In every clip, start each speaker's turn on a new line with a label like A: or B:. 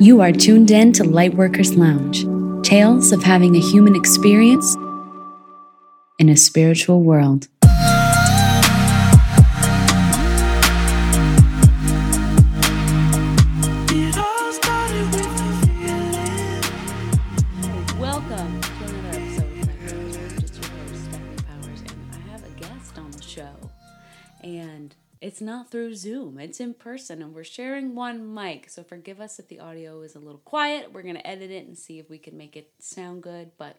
A: You are tuned in to Lightworkers Lounge tales of having a human experience in a spiritual world. Welcome to another episode of My Girl World, just your host, Stephanie Powers, and I have a guest on the show. And it's not through Zoom, it's in person, and we're sharing one mic. So forgive us if the audio is a little quiet. We're going to edit it and see if we can make it sound good. But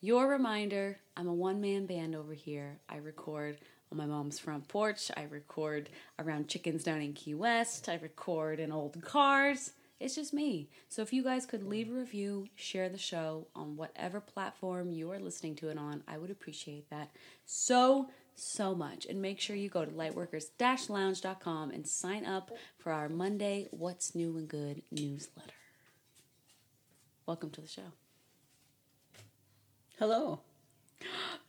A: your reminder I'm a one man band over here. I record on my mom's front porch, I record around chickens down in Key West, I record in old cars. It's just me. So if you guys could leave a review, share the show on whatever platform you are listening to it on, I would appreciate that so, so much. And make sure you go to lightworkers lounge.com and sign up for our Monday What's New and Good newsletter. Welcome to the show.
B: Hello.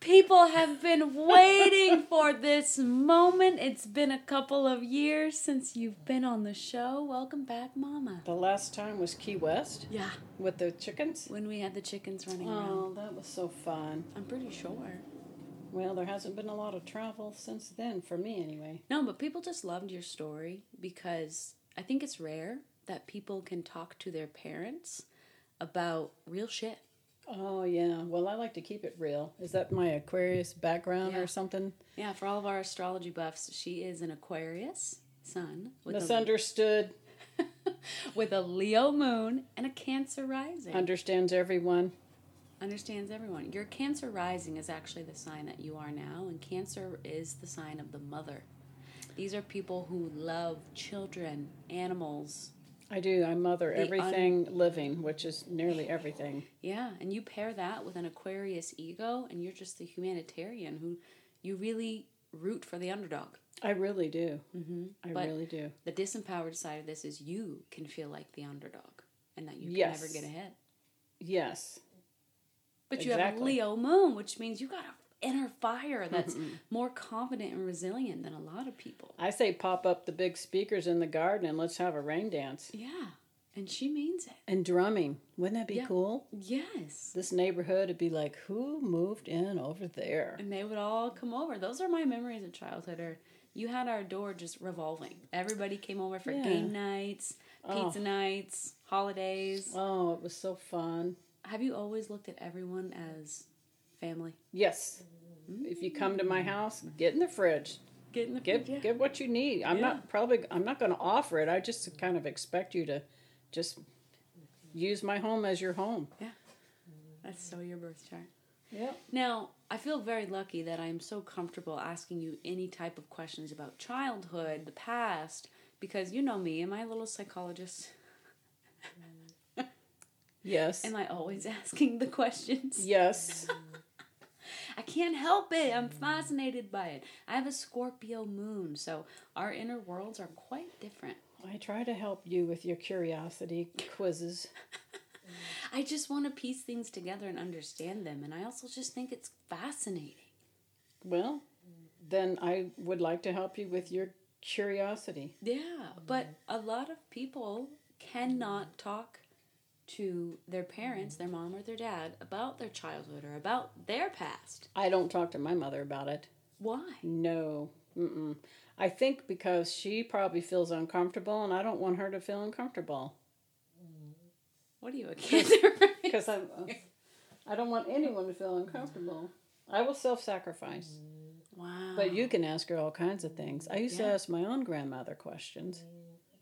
A: People have been waiting for this moment. It's been a couple of years since you've been on the show. Welcome back, Mama.
B: The last time was Key West
A: Yeah,
B: with the chickens.
A: when we had the chickens running around.
B: Oh, that was so fun.
A: I'm pretty sure.
B: Well, there hasn't been a lot of travel since then, for me anyway.
A: No, but people just loved your story because I think it's rare that people can talk to their parents about real shit.
B: Oh, yeah. Well, I like to keep it real. Is that my Aquarius background
A: Yeah.
B: or something?
A: Yeah, for all of our astrology buffs, she is an Aquarius sun with, a,
B: Misunderstood,
A: with a Leo moon and a Cancer rising.
B: understands everyone.
A: Understands everyone. Your Cancer rising is actually the sign that you are now, and Cancer is the sign of the mother. These are people who love children, animals,
B: I do. I mother
A: The un-
B: everything living, which is nearly everything.
A: Yeah, and you pair that with an Aquarius ego, and you're just the humanitarian who you really root for the underdog.
B: I really do.
A: Mm-hmm.
B: I
A: But-
B: really do.
A: The disempowered side of this is you can feel like the underdog and that you can
B: Yes.
A: never get ahead.
B: Yes.
A: But you have a
B: Exactly.
A: Leo moon, which means you got an inner fire that's more confident and resilient than a lot of people.
B: I say pop up the big speakers in the garden and let's have a rain dance.
A: Yeah, and she means it.
B: And drumming. Wouldn't that be
A: Yeah.
B: cool?
A: Yes.
B: this neighborhood would be like, who moved in over there?
A: And they would all come over. Those are my memories of childhood. Or you had our door just revolving. Everybody came over for
B: Yeah.
A: game nights, pizza nights, holidays.
B: Oh, it was so fun.
A: Have you always looked at everyone as family?
B: Yes. If you come to my house, get in the fridge.
A: Get in the
B: Get
A: Mm. yeah.
B: get what you need. I'm not probably I'm not going to offer it. I just kind of expect you to just use my home as your home.
A: That's so your birth chart.
B: Yep.
A: Now, I feel very lucky that I'm so comfortable asking you any type of questions about childhood, the past, because you know me. Am I a little psychologist?
B: Yes.
A: Am I always asking the questions?
B: yes.
A: I can't help it. I'm fascinated by it. I have a Scorpio moon, so our inner worlds are quite different.
B: I try to help you with your curiosity quizzes.
A: I just want to piece things together and understand them, and I also just think it's fascinating.
B: Well, then I would like to help you with your curiosity.
A: Yeah, but a lot of people cannot talk to their parents, their mom or their dad, about their childhood or about their past.
B: I don't talk to my mother about it.
A: Why?
B: No. Mm-mm. I think because she probably feels uncomfortable, and I don't want her to feel uncomfortable
A: What are you, a kid?
B: because I, uh, I don't want anyone to feel uncomfortable. I will self-sacrifice,
A: Mm-hmm. wow.
B: but you can ask her all kinds of things. I used to
A: Yeah. Mm-hmm.
B: ask my own grandmother questions,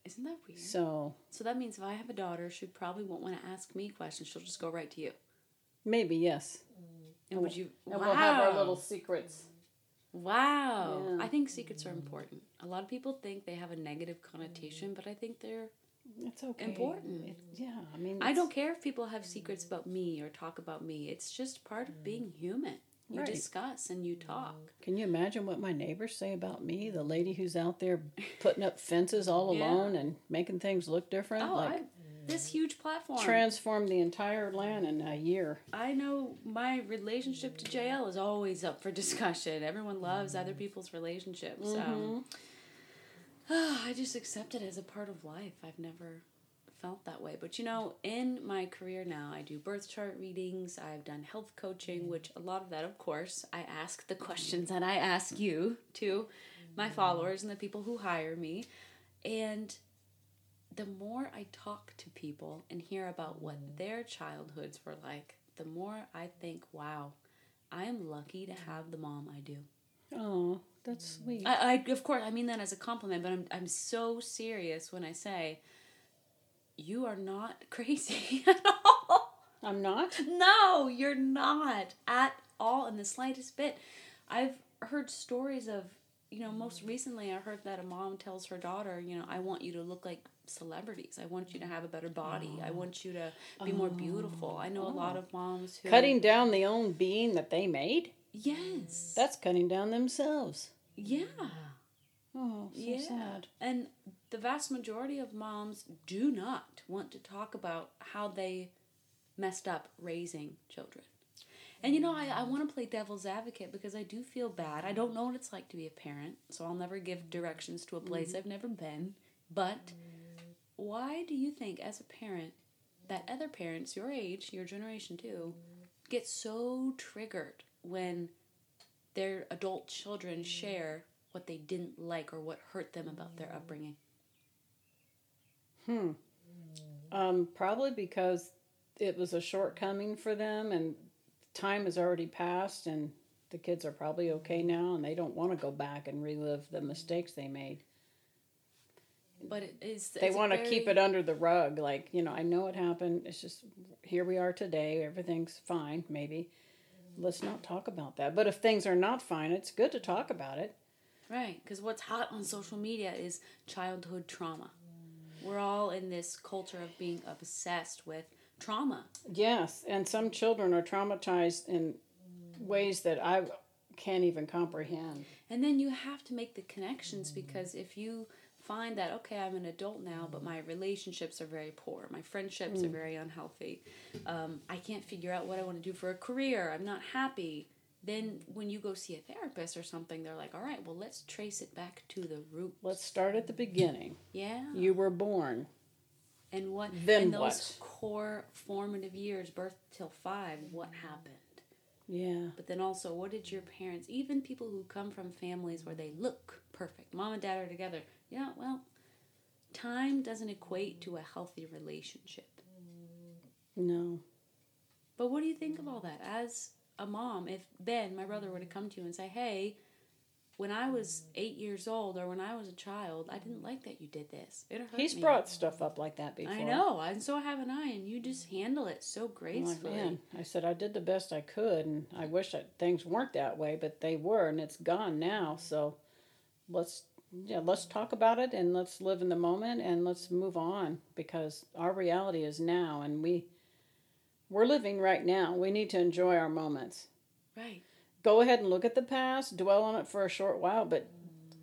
A: Isn't that weird?
B: so
A: So that means if I have a daughter, she probably won't want to ask me questions. She'll just go right to you.
B: maybe yes.
A: And would you?
B: Oh, And we'll have our little secrets.
A: Wow.
B: Yeah.
A: I think secrets are important. A lot of people think they have a negative connotation, but I think they're.
B: It's okay.
A: Important.
B: It- yeah, I mean,
A: I
B: it's-
A: don't care if people have secrets about me or talk about me. It's just part of being human. You
B: Mm. Right.
A: discuss and you talk.
B: Can you imagine what my neighbors say about me? The lady who's out there putting up fences all
A: Yeah.
B: alone and making things look different.
A: Oh,
B: like,
A: I, this huge platform.
B: transform the entire land in a year.
A: I know my relationship to JL is always up for discussion. Everyone loves other people's relationships. Um, I just accept it as a part of life. I've never felt that way. But you know, in my career now, I do birth chart readings, I've done health coaching, which a lot of that, of course, I ask the questions that I ask you to my followers and the people who hire me. And the more I talk to people and hear about what their childhoods were like, the more I think, wow, I am lucky to have the mom I do.
B: Oh, that's sweet.
A: I, I of course I mean that as a compliment, but I'm I'm so serious when I say you are not crazy at all.
B: I'm not.
A: No, you're not at all in the slightest bit. I've heard stories of you know, most recently I heard that a mom tells her daughter, you know, I want you to look like celebrities. I want you to have a better body. I want you to be more beautiful. I know a lot of moms who
B: Cutting down the own being that they made.
A: Yes.
B: That's cutting down themselves.
A: yeah.
B: Oh, so
A: yeah.
B: sad.
A: And the vast majority of moms do not want to talk about how they messed up raising children. And you know, I, I want to play devil's advocate because I do feel bad. I don't know what it's like to be a parent, so I'll never give directions to a place
B: Mm-hmm.
A: I've never been. But why do you think, as a parent, that other parents your age, your generation too, get so triggered when their adult children share what they didn't like or what hurt them about their upbringing?
B: Um, probably because it was a shortcoming for them, and time has already passed, and the kids are probably okay now, and they don't want to go back and relive the mistakes they made.
A: But it is
B: they want to keep it under the rug like you know i know it happened it's just here we are today everything's fine maybe let's not talk about that but if things are not fine it's good to talk about it
A: Right, because what's hot on social media is childhood trauma. We're all in this culture of being obsessed with trauma.
B: yes and some children are traumatized in ways that i can't even comprehend
A: And then you have to make the connections because if you find that, okay, I'm an adult now, but my relationships are very poor, my friendships
B: Mm.
A: are very unhealthy, um, I can't figure out what I want to do for a career, I'm not happy, then when you go see a therapist or something, they're like, all right, well, let's trace it back to the root.
B: let's start at the beginning
A: Yeah.
B: you were born
A: And what
B: Then
A: in those
B: what?
A: core formative years, birth till five, what happened?
B: yeah
A: But then also, what did your parents, even people who come from families where they look perfect, mom and dad are together, yeah, well, time doesn't equate to a healthy relationship.
B: no
A: But what do you think of all that? As a mom, if Ben, my brother, were to come to you and say, hey, when I was eight years old or when I was a child, I didn't like that you did this. It hurt
B: he's
A: me.
B: brought stuff up like that before
A: I know, and so haven't I, and you just handle it so
B: I'm like,
A: gracefully.
B: Oh man, I said I did the best I could, and I wish that things weren't that way, but they were, and it's gone now. So let's yeah, let's talk about it, and let's live in the moment, and let's move on because our reality is now, and we we're living right now. We need to enjoy our moments.
A: Right.
B: Go ahead and look at the past, dwell on it for a short while, but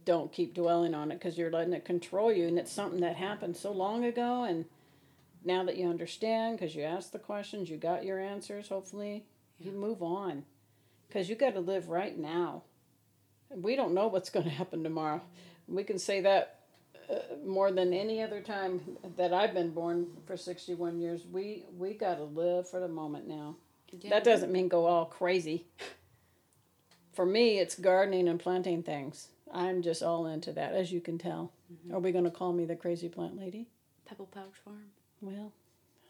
B: don't keep dwelling on it because you're letting it control you, and it's something that happened so long ago, and now that you understand because you asked the questions you got your answers hopefully you move on because you got to live right now we don't know what's going to happen tomorrow we can say that uh, more than any other time that i've been born for 61 years we we got to live for the moment now
A: Yeah.
B: that doesn't mean go all crazy for me it's gardening and planting things i'm just all into that as you can tell
A: Mm-hmm.
B: are we going to call me the crazy plant lady
A: Pebble Pouch Farm.
B: well,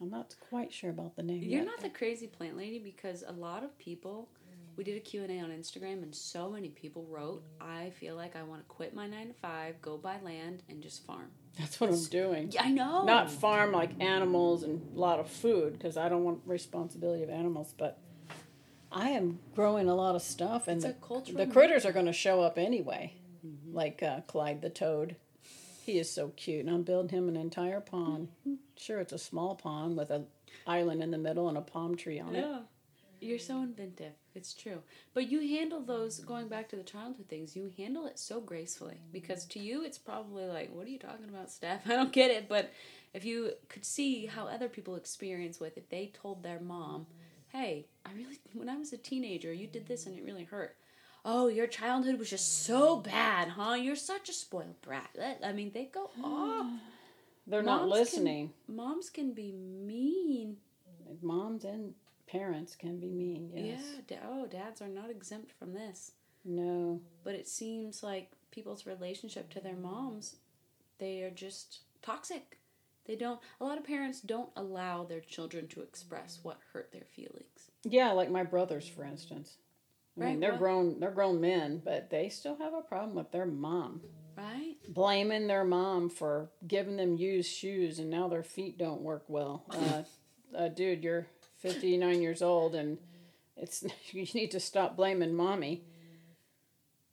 B: I'm not quite sure about the name.
A: You're
B: yet.
A: not the crazy plant lady because a lot of people we did a Q&A on Instagram and so many people wrote, "I feel like I want to quit my 9 to 5, go buy land and just farm."
B: That's what I'm doing.
A: Yeah, I know.
B: Not farm like animals and a lot of food because I don't want responsibility of animals, but I am growing a lot of stuff and
A: It's a
B: the,
A: cultural
B: the critters are going to show up anyway. Like uh, Clyde the toad. He is so cute, and I'm building him an entire pond.
A: Mm-hmm.
B: Sure, it's a small pond with a island in the middle and a palm tree on it.
A: Yeah. You're so inventive. It's true. But you handle those going back to the childhood things. You handle it so gracefully because to you it's probably like, "What are you talking about, Steph? I don't get it." But if you could see how other people experience with it, they told their mom, "Hey, I really when I was a teenager, you did this and it really hurt." Oh, your childhood was just so bad, huh? You're such a spoiled brat. That- I mean, they go off.
B: They're not
A: Moms can-
B: listening.
A: Moms can be mean.
B: Moms and parents can be mean. Yes.
A: Yeah. Da- oh, dads are not exempt from this.
B: No.
A: But it seems like people's relationship to their moms, they are just toxic. They don't. A lot of parents don't allow their children to express what hurt their feelings.
B: Yeah, like my brothers, for instance. I mean,
A: Right,
B: they're
A: well-
B: grown. They're grown men, but they still have a problem with their mom
A: Right.
B: blaming their mom for giving them used shoes, and now their feet don't work well. Uh, uh, dude, you're 59 years old, and it's you need to stop blaming mommy.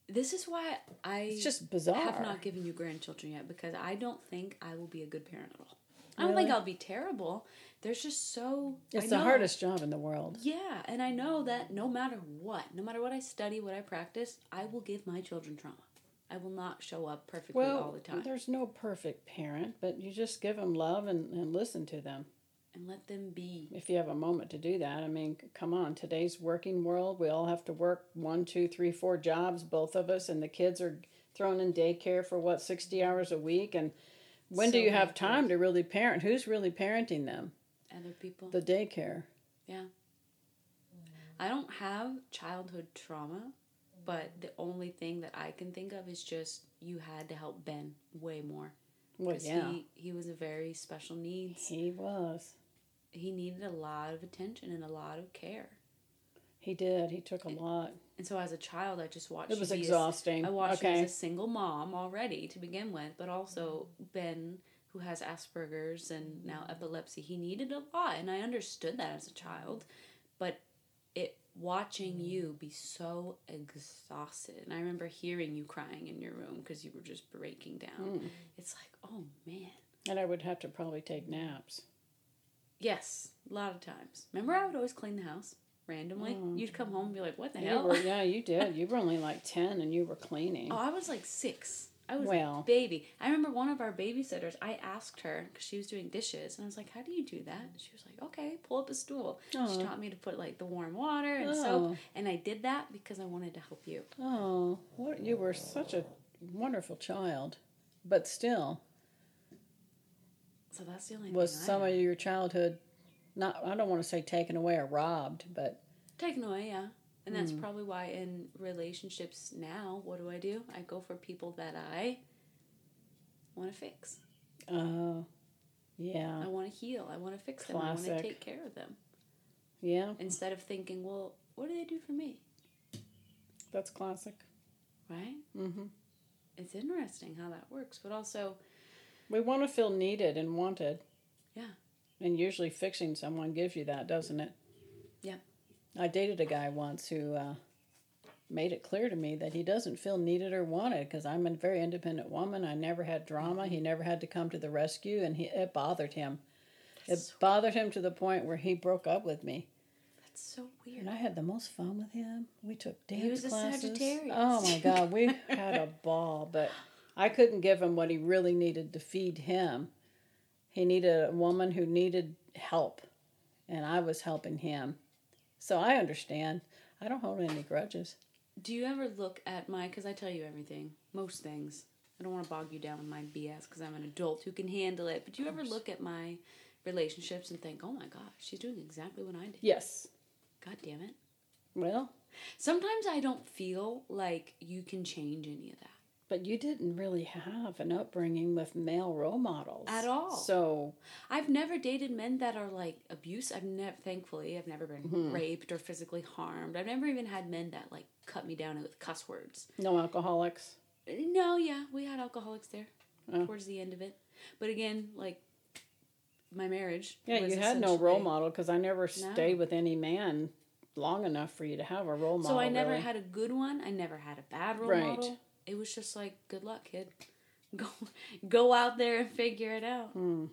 A: This is why I
B: It's just bizarre.
A: have not given you grandchildren yet because I don't think I will be a good parent at all. I don't think
B: Really?
A: I'll be terrible. There's just so
B: it's
A: I
B: the
A: know-
B: hardest job in the world.
A: Yeah, and I know that no matter what, no matter what I study, what I practice, I will give my children trauma. I will not show up perfectly
B: Well,
A: all the time
B: there's no perfect parent, but you just give them love and, and listen to them.
A: and let them be.
B: If you have a moment to do that, I mean, c- come on. Today's working world, we all have to work one, two, three, four jobs, both of us, and the kids are thrown in daycare for what, 60 hours a week? And when do
A: So
B: you have
A: backwards.
B: time to really parent? Who's really parenting them?
A: Other people.
B: The daycare.
A: Yeah. I don't have childhood trauma, but the only thing that I can think of is just you had to help Ben way more.
B: Well,
A: 'Cause
B: yeah.
A: he, he was a very special needs.
B: He was.
A: He needed a lot of attention and a lot of care.
B: He did. He took a lot.
A: And so as a child, I just watched.
B: It was
A: you be a-
B: exhausting.
A: I watched you
B: okay.
A: as a single mom already to begin with, but also Ben, who has Asperger's and now epilepsy, he needed a lot, and I understood that as a child, but it watching
B: Mm.
A: you be so exhausted, and I remember hearing you crying in your room because you were just breaking
B: Mm.
A: down. It's like, oh man,
B: and I would have to probably take naps.
A: yes, a lot of times. Remember, I would always clean the house randomly. You'd come home and be like, what the
B: Mm. You
A: hell?
B: were, yeah, you did. You were only like 10 and you were cleaning.
A: Oh, I was like six. I was
B: Well.
A: a baby. I remember one of our babysitters, I asked her because she was doing dishes, and I was like, How do you do that? She was like, Okay, pull up a stool.
B: Aw.
A: She taught me to put like the warm water and
B: Oh.
A: soap, and I did that because I wanted to help you.
B: Oh, what you were such a wonderful child, but still
A: So that's the only
B: was
A: thing.
B: some
A: I
B: of
A: had.
B: your childhood not I don't want to say taken away or robbed, but
A: Taken away, yeah. And that's
B: Hmm.
A: probably why in relationships now, what do I do? I go for people that I want to fix.
B: oh, yeah,
A: I want to heal. I want to fix them. I want to
B: Classic.
A: take care of them
B: yeah,
A: instead of thinking, Well, what do they do for me?
B: that's classic.
A: Right?
B: Mm-hmm.
A: it's interesting how that works, but also
B: We want to feel needed and wanted.
A: Yeah.
B: and usually fixing someone gives you that, doesn't it?
A: Yeah.
B: I dated a guy once who uh, made it clear to me that he doesn't feel needed or wanted because I'm a very independent woman. I never had drama.
A: Mm-hmm.
B: He never had to come to the rescue, and he, it bothered him. It bothered him to the point where he broke up with me.
A: that's so weird.
B: And I had the most fun with him. We took dance
A: was a
B: classes.
A: Sagittarius.
B: Oh my god, we had a ball, but I couldn't give him what he really needed to feed him. He needed a woman who needed help, and I was helping him. So I understand. I don't hold any grudges.
A: Do you ever look at my? Because I tell you everything, most things. I don't want to bog you down with my BS because I'm an adult who can handle it. But do you ever look at my relationships and think, oh my gosh, she's doing exactly what I did?
B: Yes.
A: God damn it.
B: Well,
A: Sometimes I don't feel like you can change any of that.
B: but you didn't really have an upbringing with male role models
A: At all.
B: So
A: I've never dated men that are like abuse. I've never, thankfully, I've never been raped or physically harmed. I've never even had men that like cut me down with cuss words.
B: no alcoholics.
A: No, yeah, we had alcoholics there
B: Oh.
A: towards the end of it. But again, like my marriage.
B: Yeah,
A: was
B: you had no role
A: essentially-
B: model because I never stayed with any man long enough for you to have a role model.
A: So I never
B: really.
A: had a good one. I never had a bad role
B: Right.
A: model. It was just like, good luck, kid. Go, go out there and figure it out.
B: Hmm.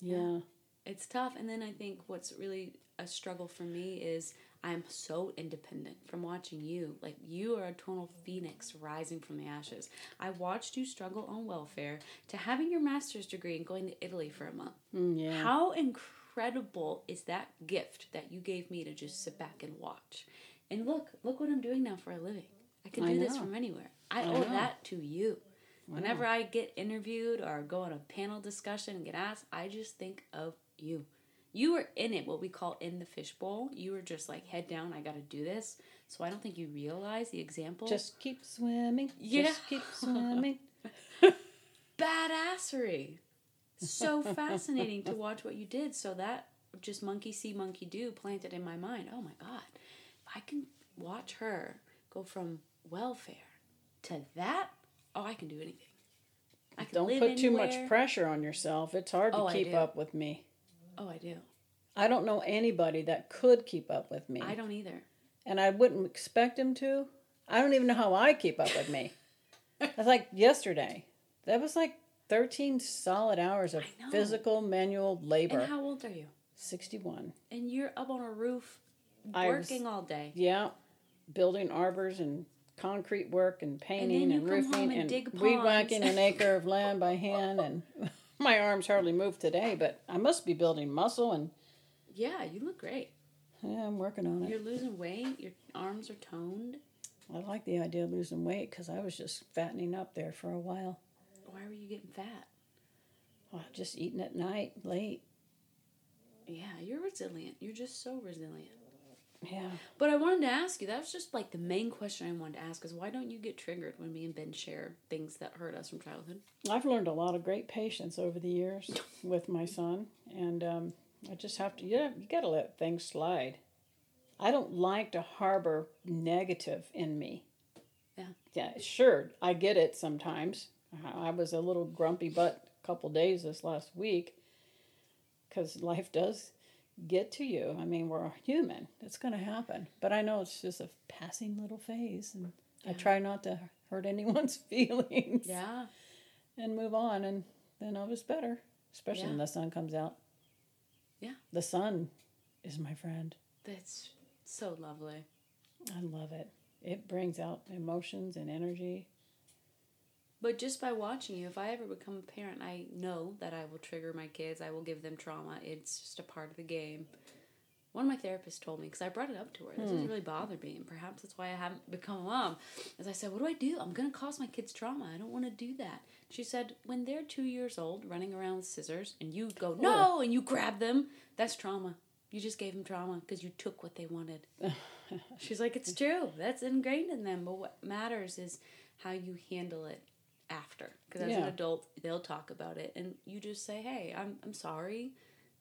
B: Yeah.
A: It's tough. And then I think what's really a struggle for me is I'm so independent from watching you. Like, you are a total phoenix rising from the ashes. I watched you struggle on welfare to having your master's degree and going to Italy for a month.
B: Mm, yeah.
A: How incredible is that gift that you gave me to just sit back and watch? And look, look what I'm doing now for a living. I can
B: I
A: do this
B: know.
A: from anywhere. I, owe
B: know.
A: that to you. Whenever I get interviewed or go on a panel discussion and get asked, I just think of you. You were in it, what we call in the fishbowl. You were just like head down, I gotta do this. So I don't think you realize the example.
B: Just keep swimming.
A: Yeah.
B: Just keep swimming.
A: badassery. So fascinating to watch what you did. So that just monkey see, monkey do planted in my mind. Oh my God. If I can watch her go from welfare to that, oh, I can do anything. I can
B: Don't
A: live
B: put too much
A: anywhere.
B: pressure on yourself. It's hard
A: Oh,
B: to
A: I
B: keep
A: do.
B: up with me.
A: Oh, I do.
B: I don't know anybody that could keep up with me.
A: I don't either.
B: and I wouldn't expect him to. I don't even know how I keep up with me. That's like yesterday. That was like 13 solid hours of
A: I know.
B: physical manual labor.
A: And how old are you?
B: 61.
A: And you're up on a roof
B: I was-
A: working all day.
B: Yeah. Building arbors and concrete work and painting
A: you
B: and,
A: come
B: roofing
A: home and
B: and,
A: dig
B: weed
A: ponds.
B: whacking an acre of land by hand and my arms hardly move today, but I must be building muscle and
A: Yeah, you look great.
B: yeah, I'm working on it.
A: You're losing weight. Your arms are toned.
B: I like the idea of losing weight because I was just fattening up there for a while.
A: Why were you getting fat?
B: Oh, just eating at night, late.
A: Yeah, you're resilient. You're just so resilient.
B: Yeah.
A: But I wanted to ask you, that was just like the main question I wanted to ask is why don't you get triggered when me and Ben share things that hurt us from childhood?
B: I've learned a lot of great patience over the years with my son, and um, I just have to. Yeah, you got to let things slide. I don't like to harbor negative in me.
A: Yeah.
B: Yeah. Sure, I get it sometimes. I I was a little grumpy butt a couple days this last week, because life does get to you. I mean, we're human. It's going to happen. But I know it's just a passing little phase, and I try not to hurt anyone's feelings
A: Yeah.
B: and move on and then I was better. Especially when
A: Yeah.
B: the sun comes out.
A: Yeah.
B: The sun is my friend.
A: That's so lovely.
B: I love it. It brings out emotions and energy.
A: But just by watching you, if I ever become a parent, I know that I will trigger my kids. I will give them trauma. It's just a part of the game. One of my therapists told me because I brought it up to her. This has really bothered me, and perhaps that's why I haven't become a mom. As I said, what do I do? I'm gonna cause my kids trauma. I don't want to do that. She said, when they're two years old, running around with scissors, and you go no, and you grab them, that's trauma. You just gave them trauma because you took what they wanted. She's like, it's true. That's ingrained in them. But what matters is how you handle it after. Because as an
B: Yeah.
A: adult, they'll talk about it. And you just say, hey, I'm, I'm sorry.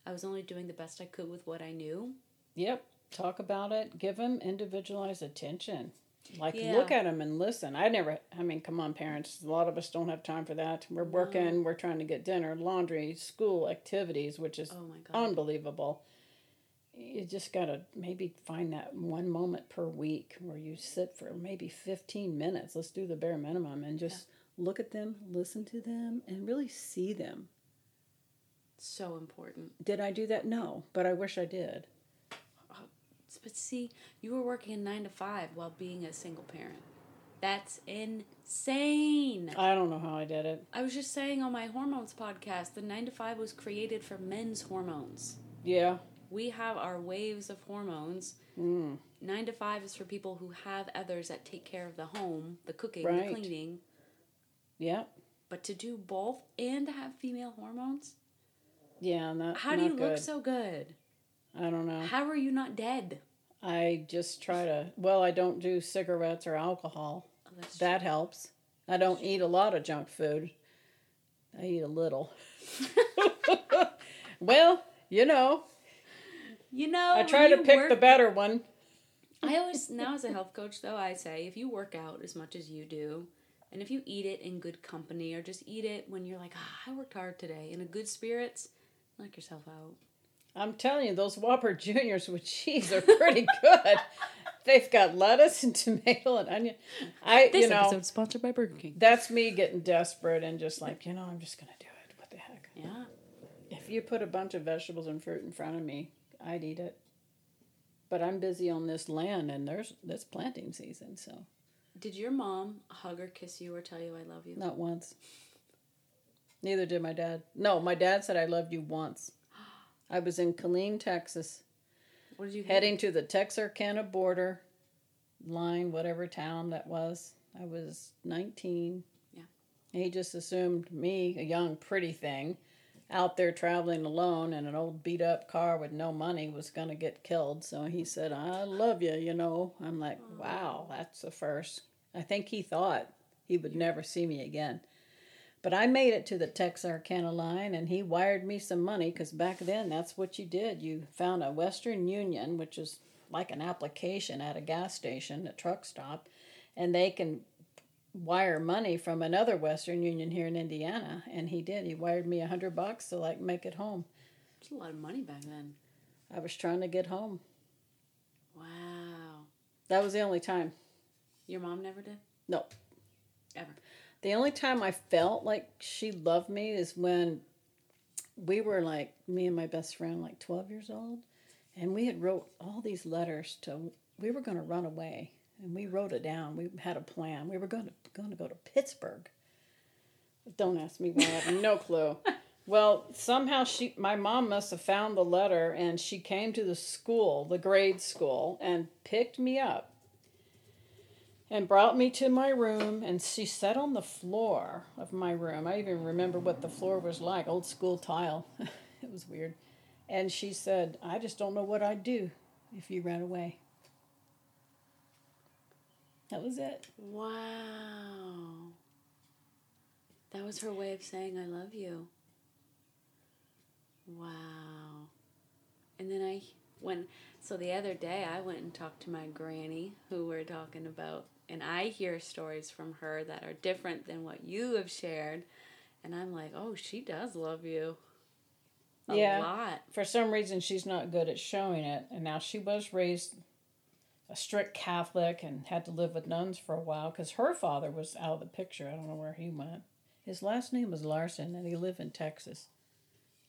A: I was only doing the best I could with what I knew.
B: Yep. Talk about it. Give them individualized attention. Like
A: Yeah.
B: look at them and listen. I never. I mean, come on, parents. A lot of us don't have time for that. We're working. We're trying to get dinner, laundry, school activities, which is
A: Oh my God.
B: Um, unbelievable. You just gotta maybe find that one moment per week where you sit for maybe fifteen minutes. Let's do the bare minimum and just look at them, listen to them, and really see them.
A: So important.
B: Did I do that? No, but I wish I did.
A: But see, you were working a nine to five while being a single parent. That's insane.
B: I don't know how I did it.
A: I was just saying on my hormones podcast, the nine to five was created for men's hormones.
B: Yeah.
A: we have our waves of hormones.
B: Mm.
A: Nine to five is for people who have others that take care of the home, the cooking,
B: Right.
A: the cleaning.
B: Yeah.
A: But to do both and to have female hormones,
B: Yeah, not
A: how do you
B: not
A: look
B: good.
A: so good?
B: I don't know.
A: How are you not dead?
B: I just try to. Well, I don't do cigarettes or alcohol.
A: Oh, that's true.
B: That helps. I don't eat a lot of junk food. I eat a little. well, you know,
A: you know,
B: I
A: when
B: try to
A: Oh, you
B: pick
A: work-
B: the better one.
A: I always now as a health coach though I say if you work out as much as you do, and if you eat it in good company or just eat it when you're like, ah, I worked hard today in a good spirits, knock yourself out.
B: I'm telling you, those Whopper Juniors with cheese are pretty good. They've got lettuce and tomato and onion. I, you know,
A: sponsored by Burger King.
B: that's me getting desperate and just like, you know, I'm just gonna do it. What the heck?
A: Yeah.
B: If you put a bunch of vegetables and fruit in front of me, I'd eat it. But I'm busy on this land, and there's this planting season, so
A: Did your mom hug or kiss you or tell you I love you?
B: not once. Neither did my dad. No, my dad said I loved you once. I was in Killeen, Texas,
A: What did you think?
B: heading to the Texarkana border line, whatever town that was. I was 19.
A: Yeah.
B: He just assumed me, a young, pretty thing, out there traveling alone in an old beat up car with no money, was going to get killed. So he said, I love you, you know. I'm like, wow, that's the first. I think he thought he would never see me again. But I made it to the Texarkana line and he wired me some money because back then that's what you did. You found a Western Union, which is like an application at a gas station, a truck stop, and they can wire money from another Western Union here in Indiana. And he did. He wired me a hundred bucks to like make it home.
A: It's a lot of money back then.
B: I was trying to get home.
A: Wow.
B: That was the only time.
A: Your mom never did?
B: No.
A: Ever.
B: The only time I felt like she loved me is when we were like me and my best friend, like twelve years old, and we had wrote all these letters to. We were going to run away, and we wrote it down. We had a plan. We were going to going to go to Pittsburgh. Don't ask me why. I have no clue. Well, somehow she, my mom must have found the letter, and she came to the school, the grade school, and picked me up and brought me to my room and she sat on the floor of my room i even remember what the floor was like old school tile it was weird and she said i just don't know what i'd do if you ran away that was it
A: Wow. That was her way of saying, I love you. Wow. And then I, when, so the other day I went and talked to my granny who we're talking about, and I hear stories from her that are different than what you have shared. And I'm like, oh, she does love you. A
B: Yeah.
A: lot.
B: for some reason she's not good at showing it and now she was raised a strict catholic and had to live with nuns for a while because her father was out of the picture i don't know where he went his last name was larson and he lived in texas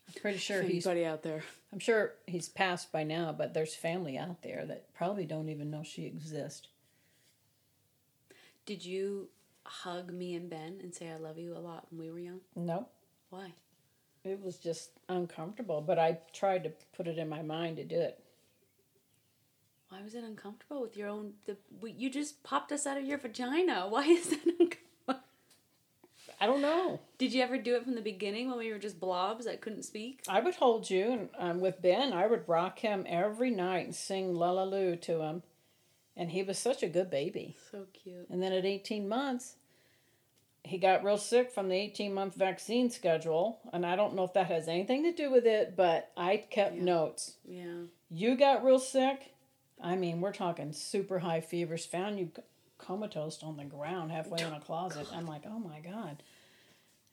B: i'm pretty sure he's
A: Anybody out there?
B: i'm sure he's passed by now but there's family out there that probably don't even know she exists
A: Did you hug me and Ben and say I love you a lot when we were young?
B: nope
A: Why?
B: it was just uncomfortable but i tried to put it in my mind to do it
A: Why was it uncomfortable with your own? The w- you just popped us out of your vagina. Why is that uncomfortable?
B: i don't know
A: Did you ever do it from the beginning when we were just blobs that couldn't speak?
B: I would hold you, and um, with Ben, I would rock him every night and sing Lullaby to him, and he was such a good baby.
A: So cute.
B: And then at 18 months, he got real sick from the 18 month vaccine schedule, and I don't know if that has anything to do with it, but I kept
A: Yeah.
B: notes.
A: Yeah.
B: You got real sick. I mean, we're talking super high fevers. Found you c- comatose on the ground halfway in a closet. I'm like, oh my God.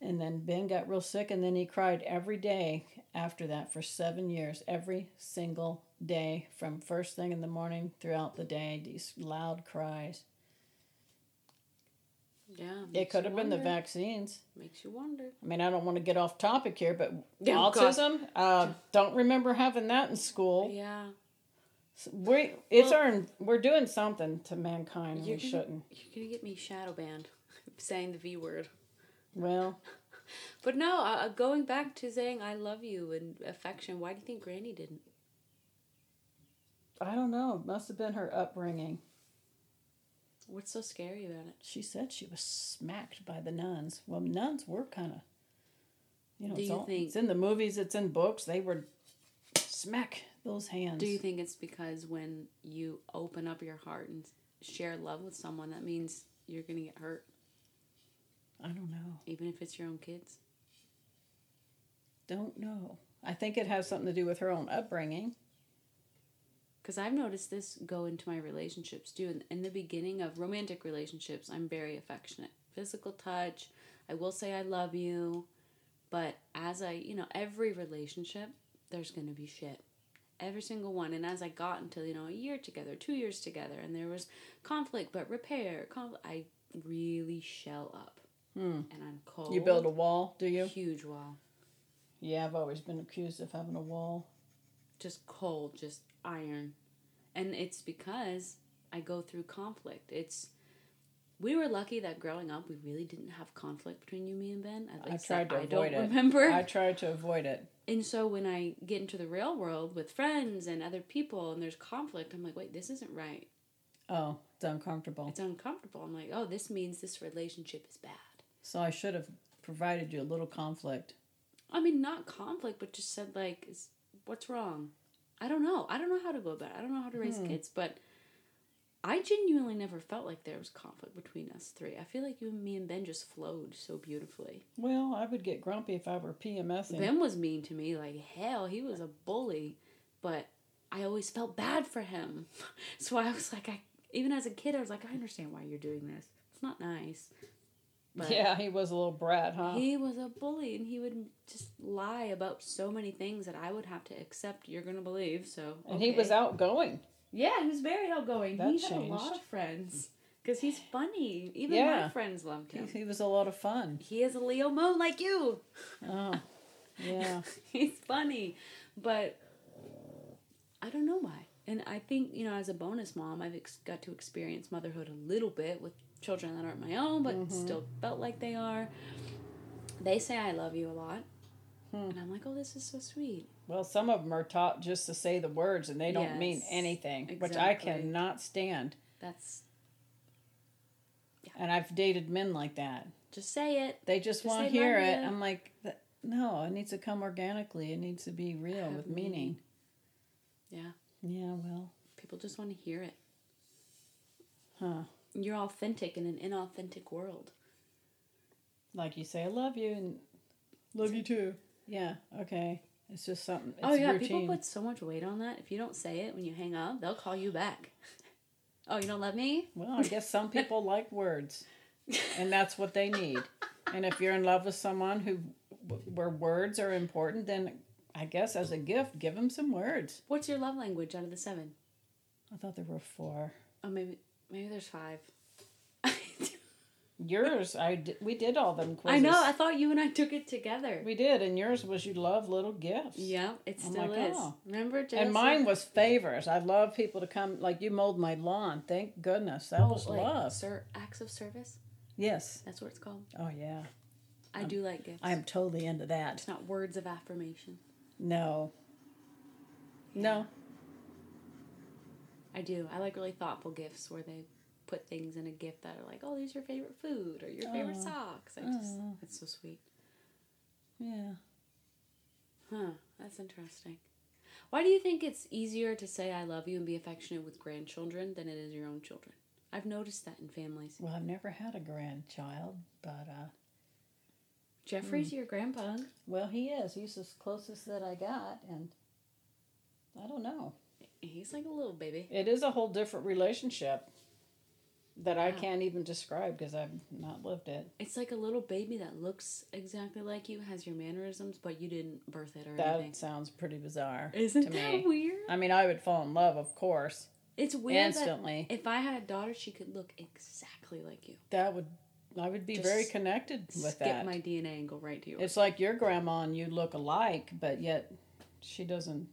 B: And then Ben got real sick, and then he cried every day after that for seven years, every single day, from first thing in the morning throughout the day, these loud cries.
A: Yeah.
B: It
A: makes
B: could
A: you
B: have been the
A: wonder.
B: vaccines.
A: Makes you wonder.
B: I mean, I don't want to get off topic here,
A: Oh,
B: but
A: Yeah, God.
B: autism, uh, don't remember having that in school.
A: Yeah.
B: We it's our we're doing something to mankind and we
A: You're gonna-
B: shouldn't.
A: You're gonna get me shadow banned, saying the V word.
B: Well,
A: But no, uh, going back to saying I love you and affection. Why do you think Granny didn't?
B: I don't know. Must have been her upbringing.
A: What's so scary about it?
B: She said she was smacked by the nuns. Well, nuns were kind of, you know,
A: Do
B: it's,
A: you
B: all,
A: think-
B: it's in the movies, it's in books. They were smack those hands.
A: Do you think it's because when you open up your heart and share love with someone, that means you're gonna get hurt,
B: I don't know.
A: even if it's your own kids?
B: Don't know. I think it has something to do with her own upbringing.
A: Because I've noticed this go into my relationships too. In, in the beginning of romantic relationships, I'm very affectionate. Physical touch, I will say I love you. But as I, you know, every relationship, there's going to be shit. Every single one. And as I got until, you know, a year together, two years together, and there was conflict but repair, conflict, I really shell up.
B: Hmm.
A: And I'm cold.
B: You build a wall, do you?
A: huge wall.
B: Yeah, I've always been accused of having a wall.
A: just cold, just iron. And it's because I go through conflict. It's we were lucky that growing up we really didn't have conflict between you, me, and Ben. At
B: I
A: least
B: tried to
A: that I
B: avoid
A: don't
B: it.
A: remember.
B: I tried to avoid it.
A: And so when I get into the real world with friends and other people and there's conflict, I'm like, wait, this isn't right.
B: Oh, it's uncomfortable.
A: It's uncomfortable. I'm like, oh, this means this relationship is bad.
B: So I should have provided you a little conflict.
A: I mean, not conflict, but just said like, is, "What's wrong?" I don't know. I don't know how to go about. it. I don't know how to raise kids, but I genuinely never felt like there was conflict between us three. I feel like you and me and Ben just flowed so beautifully.
B: Well, I would get grumpy if I were PMSing.
A: Ben was mean to me, like hell. He was a bully, but I always felt bad for him. So I was like, I even as a kid, I was like, I understand why you're doing this. It's not nice. But
B: yeah, he was a little brat, huh?
A: He was a bully, and he would just lie about so many things that I would have to accept. You're gonna believe so.
B: and he was
A: okay.
B: outgoing.
A: Yeah, he was very outgoing.
B: That
A: he had a lot
B: changed.
A: of friends because he's funny. Even my
B: Yeah.
A: friends loved
B: He,
A: him.
B: he was a lot of fun.
A: He is a Leo Moon like you.
B: Oh, yeah.
A: he's funny but i don't know why and i think you know as a bonus mom i've ex- got to experience motherhood a little bit with children that aren't my own but
B: Mm-hmm.
A: still felt like they are they say i love you a lot
B: Hmm.
A: and i'm like oh this is so sweet
B: Well, some of them are taught just to say the words and they don't mean
A: Yes,
B: anything, which I
A: exactly.
B: cannot stand.
A: that's
B: And I've dated men like that.
A: just say it
B: They just
A: Just
B: want to
A: say
B: hear
A: love
B: it.
A: you.
B: I'm like, "Th- no, it needs to come organically. It needs to be real
A: Have
B: with meaning.
A: yeah
B: Yeah, well,
A: people just want to hear it
B: huh.
A: you're authentic in an inauthentic world
B: Like you say, I love you and love you too. Yeah, okay. It's just something. It's
A: oh yeah
B: routine.
A: people put so much weight on that if you don't say it when you hang up they'll call you back oh you don't love me
B: Well, I guess some people like words, and that's what they need. And if you're in love with someone who where words are important, then I guess as a gift, give them some words.
A: What's your love language out of the seven?
B: I thought there were four.
A: Oh, maybe maybe there's five.
B: Yours, I di- we did all them
A: I
B: quizzes.
A: know. I thought you and I took it together.
B: we did, and yours was you love little gifts.
A: Yeah, it
B: Oh
A: still
B: my
A: is.
B: God.
A: Remember, Jason?
B: And mine was favors. I love people to come, like you mowed my lawn. Thank goodness. That was love.
A: Sir, acts of service.
B: yes.
A: That's what it's called.
B: Oh, yeah.
A: I do like gifts.
B: I am totally into that.
A: It's not words of affirmation.
B: No. No.
A: I do. I like really thoughtful gifts where they put things in a gift that are like, oh, these are your favorite food or your favorite
B: Oh.
A: socks. I just,
B: Oh.
A: it's so sweet.
B: Yeah.
A: Huh. That's interesting. Why do you think it's easier to say I love you and be affectionate with grandchildren than it is your own children? I've noticed that in families.
B: Well, I've never had a grandchild, but uh, Hmm.
A: Jeffrey's your grandpa.
B: well, he is. He's the closest that I got, and I don't know.
A: He's like a little baby.
B: It is a whole different relationship that I
A: Wow.
B: can't even describe because I've not lived it.
A: It's like a little baby that looks exactly like you, has your mannerisms, but you didn't birth it or anything.
B: That sounds pretty bizarre to
A: Isn't that
B: me.
A: weird?
B: I mean, I would fall in love, of course,
A: It's weird that
B: instantly.
A: if I had a daughter, she could look exactly like you.
B: That would I would be
A: Just
B: very connected with
A: Skip
B: that.
A: my DNA and go right to yours.
B: It's like your grandma and you look alike, but yet she doesn't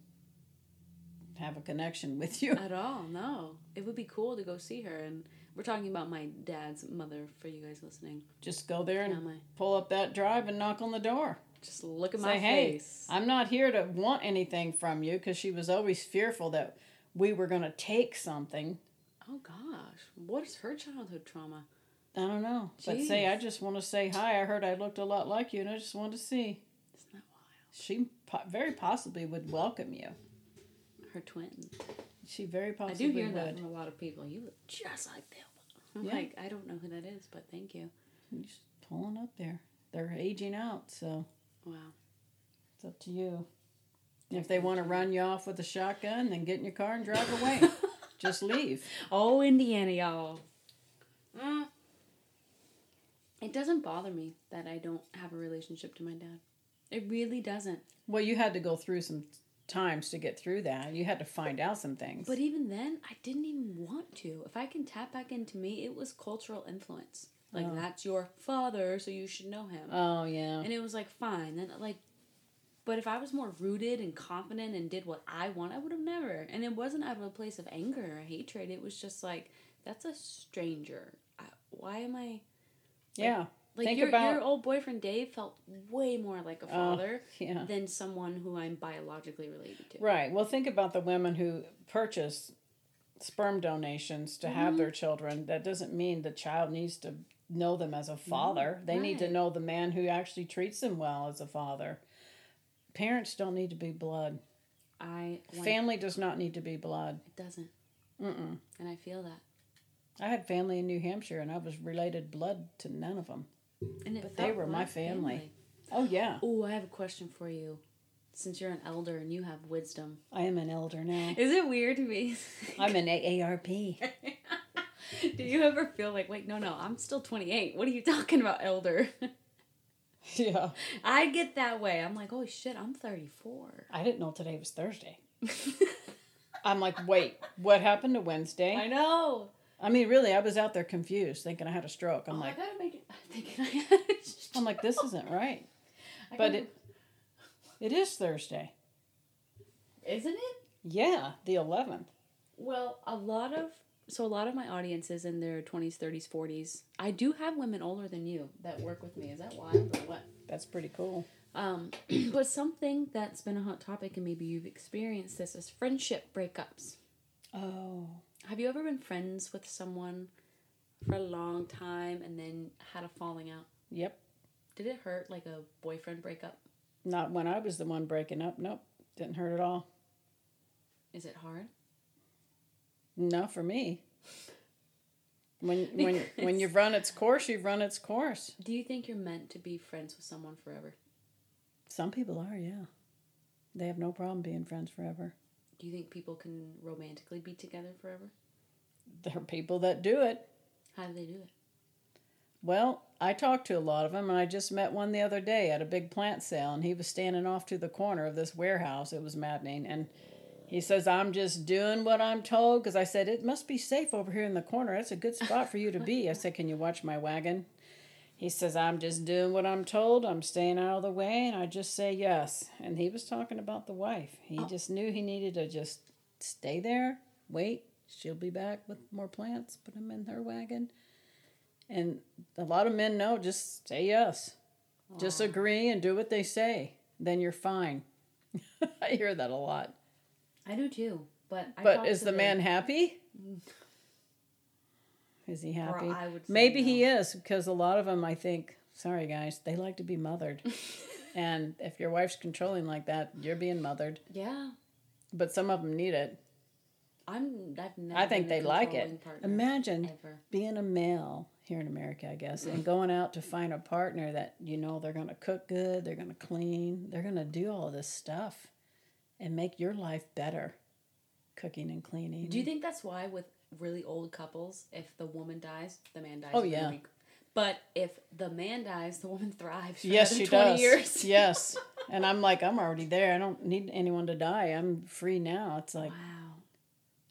B: have a connection with you.
A: At all, no. It would be cool to go see her. And we're talking about my dad's mother for you guys listening.
B: Just go there and
A: Not my-
B: pull up that drive and knock on the door.
A: Just look at
B: Say,
A: my
B: hey,
A: face.
B: I'm not here to want anything from you because she was always fearful that we were going to take something.
A: Oh gosh, what is her childhood trauma?
B: I don't know. But say,
A: Jeez.
B: I just want to say hi. I heard I looked a lot like you and I just wanted to see.
A: Isn't that wild?
B: She po- very possibly would welcome you.
A: Her twins.
B: She very
A: I
B: possibly
A: do hear
B: would.
A: that from a lot of people. You look just like them. I'm
B: Yeah.
A: like, I don't know who that is, but thank you.
B: You're just pulling up there. They're aging out, so
A: Wow.
B: it's up to you. If they want to run you off with a shotgun, then get in your car and drive away. just leave.
A: Oh, Indiana, y'all. Mm. It doesn't bother me that I don't have a relationship to my dad. It really doesn't.
B: Well, you had to go through some times to get through that. You had to find out some things.
A: But even then, I didn't even want to. If I can tap back into me, it was cultural influence. Like,
B: Oh.
A: that's your father, so you should know him.
B: oh yeah,
A: And it was like, fine. Then, like, but if I was more rooted and confident and did what I want, I would have never. And it wasn't out of a place of anger or hatred. It was just like, that's a stranger. I, why am I.
B: yeah,
A: Like,
B: Think
A: your,
B: about- Oh,
A: your old boyfriend Dave felt way more like a father
B: yeah.
A: than someone who I'm biologically related to.
B: Right. Well, think about the women who
A: Mm-hmm.
B: purchase sperm donations to have their children. That doesn't mean the child needs to know them as a father. they need to
A: Mm-hmm. right.
B: know the man who actually treats them well as a father. Parents don't need to be blood.
A: I want-
B: Family does not need to be blood.
A: it doesn't,
B: Mm-mm.
A: and I feel that,
B: I had family in New Hampshire, and I was related blood to none of them.
A: and it
B: But they
A: felt
B: were my
A: like
B: family. Oh yeah,
A: Oh, I have a question for you. Since you're an elder and you have wisdom,
B: I am an elder now.
A: is it weird to me?
B: I'm an AARP.
A: Do you ever feel like, wait, no, no, I'm still 28. What are you talking about, elder?
B: yeah,
A: I get that way. I'm like, oh shit, I'm 34.
B: I didn't know today was Thursday. I'm like, wait, what happened to Wednesday?
A: I know.
B: I mean, really, I was out there confused, thinking I had a stroke. I'm
A: Oh,
B: like,
A: I gotta make it. I'm thinking I had.
B: I'm like, this isn't right.
A: I
B: But
A: gotta-
B: it, it is Thursday.
A: isn't it?
B: Yeah, the 11th.
A: Well, a lot of so a lot of my audiences in their 20s, 30s, 40s. I do have women older than you that work with me. Is that wild or what?
B: That's pretty cool.
A: Um, but something that's been a hot topic, and maybe you've experienced this, is friendship breakups.
B: Oh,
A: Have you ever been friends with someone for a long time and then had a falling out?
B: yep.
A: Did it hurt like a boyfriend breakup?
B: Not when I was the one breaking up. Nope, didn't hurt at all.
A: Is it hard?
B: No, for me. When when when you've run its course, you've run its course.
A: Do you think you're meant to be friends with someone forever?
B: Some people are, yeah. They have no problem being friends forever.
A: Do you think people can romantically be together forever?
B: There are people that do it.
A: How do they do it?
B: Well, I talked to a lot of them, and I just met one the other day at a big plant sale, and he was standing off to the corner of this warehouse. It was maddening. And he says, I'm just doing what I'm told because I said, It must be safe over here in the corner. That's a good spot for you to be. I said, Can you watch my wagon? He says, I'm just doing what I'm told. I'm staying out of the way, and I just say yes. And he was talking about the wife. He just knew he needed to just stay there, wait. She'll be back with more plants, put them in her wagon. And a lot of men know just say yes. Just agree and do what they say. Then you're fine. I hear that a lot.
A: I do too, but I
B: but
A: talked
B: is
A: to Mm.
B: the man happy? Is he happy?
A: I would say
B: Maybe he is because a lot of them I think, sorry guys, they like to be mothered. and if your wife's controlling like that, you're being mothered.
A: Yeah,
B: But some of them need it.
A: I'm. I've never
B: I think
A: been a
B: they like
A: controlling
B: it.
A: partner
B: Imagine
A: ever.
B: being a male here in America, I guess, and going out to find a partner that you know they're going to cook good, they're going to clean, they're going to do all this stuff and make your life better cooking and cleaning.
A: Do you think that's why with really old couples, if the woman dies, the man dies?
B: Oh,
A: within a
B: yeah.
A: week? But if the man dies, the woman thrives. For
B: yes,
A: another
B: she
A: 20
B: does.
A: Years.
B: yes. And I'm like, I'm already there. I don't need anyone to die. I'm free now. It's like,
A: Wow.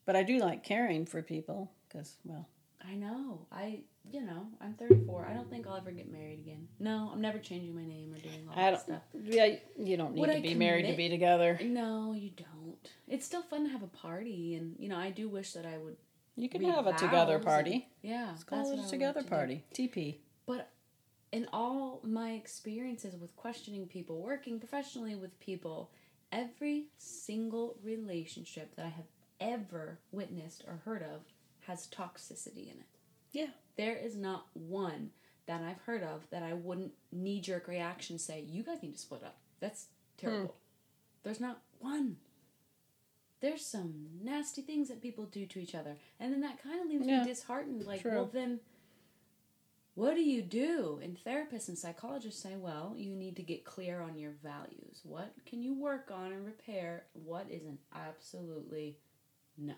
B: but I do like caring for people because, well,
A: I know. I you know I'm 34. I don't think I'll ever get married again. No, I'm never changing my name or doing all
B: I
A: that
B: don't,
A: stuff.
B: yeah, you don't need
A: Would
B: to
A: I
B: be married to
A: commit?
B: be together.
A: No, you don't. It's still fun to have a party, and you know I do wish that I would.
B: You can
A: read
B: have a
A: vows
B: together
A: and-
B: party.
A: Yeah,
B: Let's call
A: that's what I
B: it
A: would
B: a
A: like
B: together
A: to do.
B: party. TP.
A: But in all my experiences with questioning people, working professionally with people, every single relationship that I have ever witnessed or heard of has toxicity in it.
B: Yeah.
A: There is not one that I've heard of that I wouldn't knee jerk reaction say, you guys need to split up. That's terrible.
B: Hmm.
A: There's not one. There's some nasty things that people do to each other. And then that kind of leaves
B: Yeah.
A: me disheartened. Like,
B: True.
A: well, then what do you do? And therapists and psychologists say, well, you need to get clear on your values. What can you work on and repair? What is an absolutely no?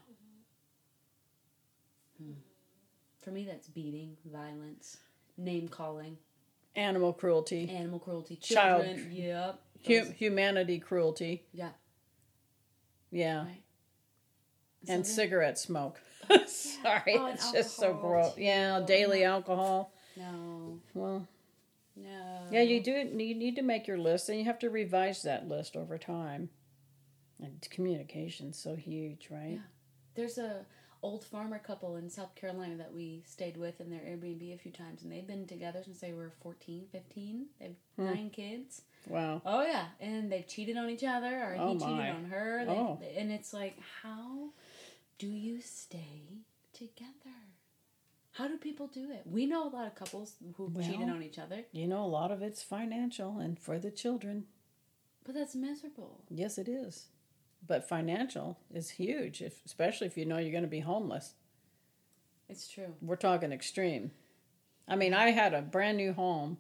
A: Hmm. For me, that's beating, violence, name calling,
B: Animal cruelty.
A: animal cruelty,
B: Child-
A: children. Yep.
B: Hu-
A: Those-
B: humanity cruelty.
A: Yeah.
B: Yeah.
A: Right.
B: And
A: So
B: cigarette smoke. Sorry,
A: Oh, and
B: it's just so
A: alcohol, Oh,
B: gross.
A: too.
B: Yeah, daily alcohol.
A: then- No.
B: Well,
A: Oh, No.
B: yeah, you do. You need to make your list, and you have to revise that list over time. And communication's so huge, right?
A: There's a old farmer couple in South Carolina that we stayed with in their Airbnb a few times, and they've been together since they were 14, 15. They have
B: Hmm.
A: nine kids.
B: Wow.
A: Oh yeah, and they've cheated on each other, or
B: Oh,
A: he
B: my.
A: cheated on her. They,
B: Oh.
A: and it's like, how do you stay together? How do people do it? We know a lot of couples who
B: Well-
A: cheated on each other,
B: You know, a lot of it's financial and for the children.
A: but that's miserable.
B: Yes, it is. But financial is huge, if, especially if you know you're going to be homeless.
A: It's true.
B: We're talking extreme. I mean, I had a brand new home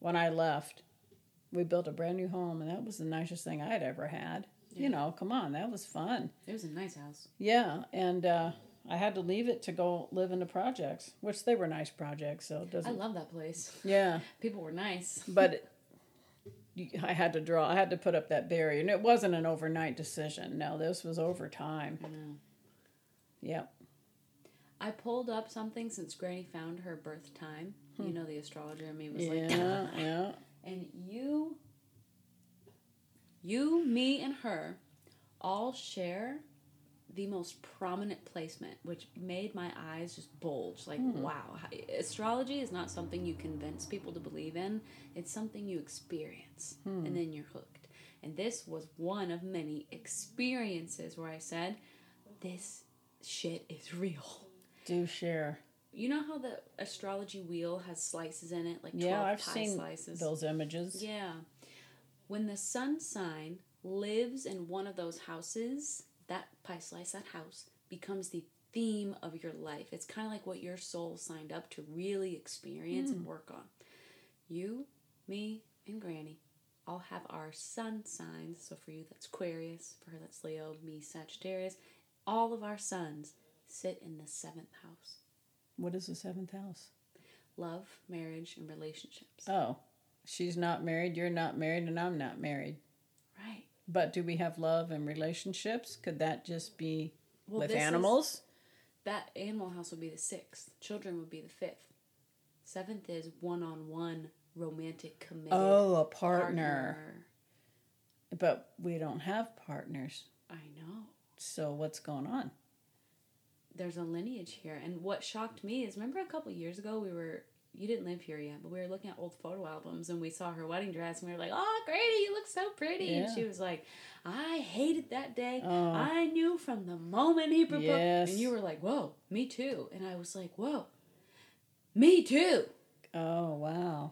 B: when I left. We built a brand new home, and that was the nicest thing I'd ever had. You know, come on, that was fun.
A: It was a nice house.
B: Yeah, and uh, I had to leave it to go live in the projects, which they were nice projects, so it
A: I
B: doesn't.
A: love that place.
B: yeah,
A: People were nice.
B: but it- you- I had to draw. I had to put up that barrier, and it wasn't an overnight decision. No, this was over time.
A: I know.
B: Yep.
A: I pulled up something since Granny found her birth time. You know, the astrologer in me was like,
B: Yeah, yeah.
A: and you, you, me, and her all share the most prominent placement, which made my eyes just bulge. Like, wow. How- Astrology is not something you convince people to believe in, it's something you experience, and then you're hooked. And this was one of many experiences where I said, this shit is real.
B: Do share.
A: You know how the astrology wheel has slices in it, like 12
B: Yeah, I've
A: pie
B: seen
A: slices?
B: those images.
A: Yeah. When the sun sign lives in one of those houses, that pie slice, that house, becomes the theme of your life. It's kind of like what your soul signed up to really experience
B: Hmm.
A: and work on. You, me, and Granny all have our sun signs. So for you, that's Aquarius. For her, that's Leo. Me, Sagittarius. All of our suns sit in the seventh house
B: What is the seventh house?
A: love, marriage, and relationships.
B: Oh, she's not married. You're not married, and I'm not married.
A: Right.
B: But do we have love and relationships? Could that just be
A: Well,
B: with
A: this is-
B: animals?
A: That animal house would be the sixth. Children would be the fifth. Seventh is one on one romantic committed
B: oh, a partner.
A: partner.
B: But we don't have partners.
A: I know.
B: So what's going on?
A: There's a lineage here. And what shocked me is remember a couple years ago we were you didn't live here yet, but we were looking at old photo albums and we saw her wedding dress and we were like, Oh Grady, you look so pretty
B: Yeah.
A: and she was like, I hated that day.
B: Oh.
A: I knew from the moment he proposed
B: Yes.
A: and you were like, Whoa, me too and I was like, Whoa, me too.
B: Oh, wow.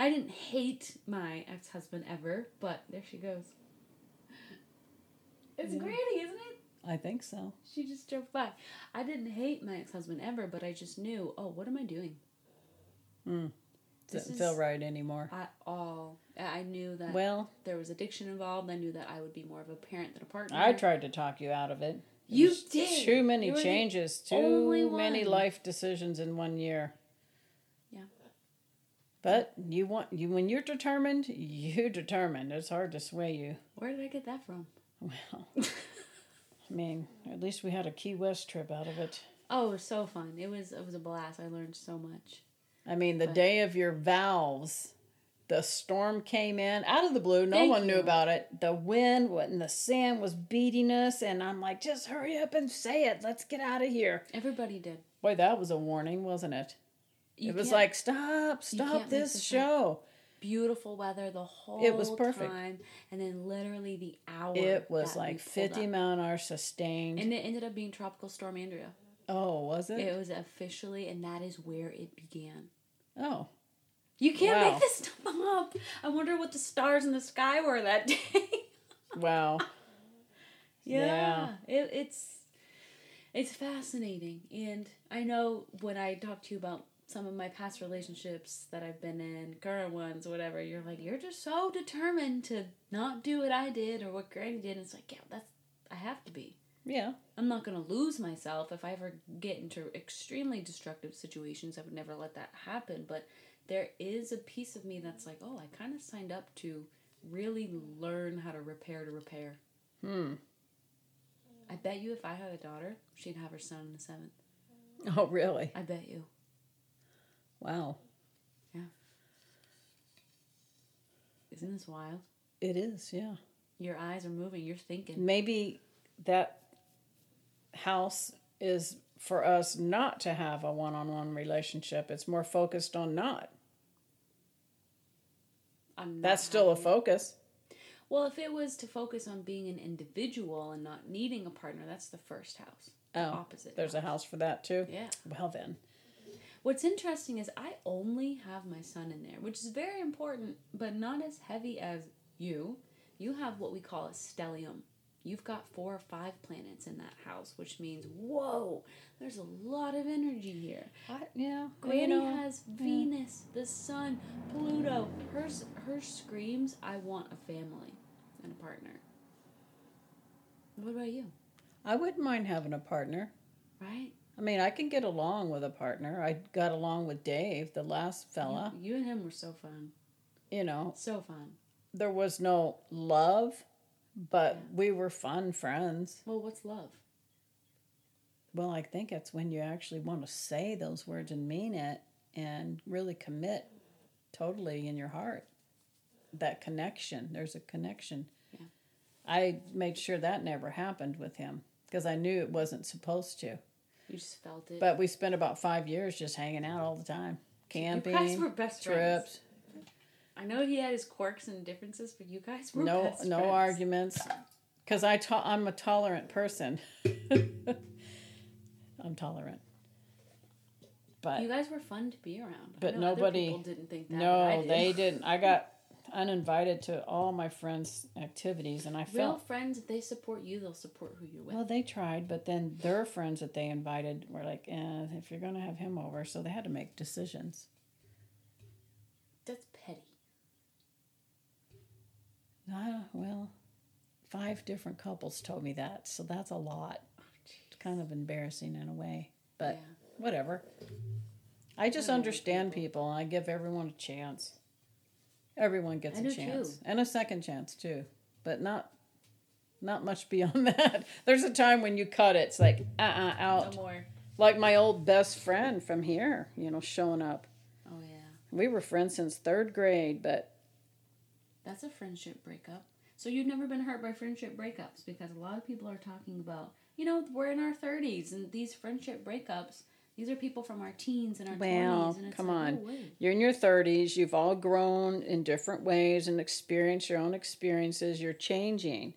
A: I didn't hate my ex husband ever, but there she goes. It's Granny, isn't it?
B: I think so.
A: She just drove by. I didn't hate my ex husband ever, but I just knew, oh, what am I doing? This
B: Doesn't
A: is-
B: Hmm. feel right anymore.
A: At all. I I knew that
B: Well,
A: there was addiction involved. I knew that I would be more of a parent than a partner.
B: I tried to talk you out of it.
A: You
B: There's
A: did.
B: Too many
A: You were the
B: changes,
A: only
B: too many
A: one.
B: life decisions in one year.
A: Yeah.
B: But you want you when you're determined, you determined. It's hard to sway you.
A: Where did I get that from?
B: Well, I mean, at least we had a Key West trip out of it.
A: Oh, it was so fun. It was it was a blast. I learned so much.
B: I mean, the day of your vows, the storm came in out of the blue. No
A: Thank
B: one knew
A: you.
B: about it. The wind wa- and the sand was beating us, and I'm like, just hurry up and say it. Let's get out of here.
A: Everybody did.
B: Boy, that was a warning, wasn't it?
A: You
B: it was
A: can't-
B: like, stop, stop
A: can't make
B: this,
A: this up.
B: show.
A: beautiful weather the whole
B: It was perfect.
A: time and then literally the hour
B: It was
A: that we
B: like
A: pulled
B: 50
A: up.
B: mile an hour sustained.
A: and it ended up being tropical storm andrea
B: oh, was it?
A: it was officially and that is where it began
B: Oh,
A: you can't
B: Wow.
A: make this stuff up i wonder what the stars in the sky were that day
B: wow.
A: yeah, It, it's it's fascinating and i know when i talk to you about some of my past relationships that i've been in current ones whatever you're like you're just so determined to not do what i did or what granny did and it's like yeah that's i have to be
B: Yeah.
A: i'm not going to lose myself if i ever get into extremely destructive situations i would never let that happen but there is a piece of me that's like oh i kind of signed up to really learn how to repair to repair
B: Hmm.
A: i bet you if i had a daughter she'd have her son in the seventh
B: Oh, really?
A: I bet you.
B: Wow.
A: Isn't this wild?
B: It is, yeah.
A: Your eyes are moving. You're thinking.
B: maybe that house is for us not to have a one-on-one relationship it's more focused on not
A: I'm not
B: that's still a
A: having-
B: focus
A: Well, if it was to focus on being an individual and not needing a partner, that's the first house. The
B: Oh,
A: opposite.
B: There's a house for that too.
A: Yeah.
B: Well then,
A: What's interesting is I only have my son in there, which is very important, but not as heavy as you. You have what we call a stellium. You've got four or five planets in that house, which means whoa, there's a lot of energy here.
B: I, yeah.
A: Granny
B: you know,
A: has Venus, the Sun, Pluto. Her s- her screams, "I want a family and a partner." What about you?
B: I wouldn't mind having a partner.
A: Right?
B: I mean, I can get along with a partner. I got along with Dave, the last fella.
A: You and him were so fun, Mm-hmm.
B: You know,
A: so fun.
B: there was no love, but we were fun friends.
A: Well, what's love?
B: Well, I think it's when you actually want to say those words and mean it and really commit totally in your heart. That connection, there's a connection.
A: Yeah.
B: I made sure that never happened with him because I knew it wasn't supposed to.
A: You just felt it.
B: But we spent about five years just hanging out all the time, camping,
A: you guys were best friends.
B: trips,
A: I know he had his quirks and differences, but you guys were
B: no
A: best
B: no
A: friends.
B: arguments because i to- i'm a tolerant person i'm tolerant but
A: You guys were fun to be around. I
B: But
A: know other
B: nobody-
A: people didn't think that. but I
B: no
A: did.
B: they didn't i got uninvited to all my friends activities and i
A: Real
B: felt
A: friends, if they support you, they'll support who you're with.
B: well they tried but then their friends that they invited were like eh, if you're gonna have him over so they had to make decisions
A: That's petty.
B: Ah, well five different couples told me that so that's a lot it's kind of embarrassing in a way but
A: Oh, yeah.
B: whatever. I just
A: I don't know
B: understand people. and I give everyone a chance. Everyone gets
A: I
B: a
A: do
B: chance
A: too.
B: and a second chance too, but not not much beyond that. There's a time when you cut it. It's like uh uh
A: No
B: out.
A: more.
B: Like my old best friend from here, you know, showing up.
A: Oh yeah,
B: We were friends since third grade, but
A: that's a friendship breakup. So you've never been hurt by friendship breakups because a lot of people are talking about. You know, we're in our thirties, and these friendship breakups. These are people from our teens and our twenties.
B: Well,
A: and it's
B: come
A: like,
B: on.
A: No way.
B: You're in your 30s, you've all grown in different ways and experienced your own experiences, you're changing.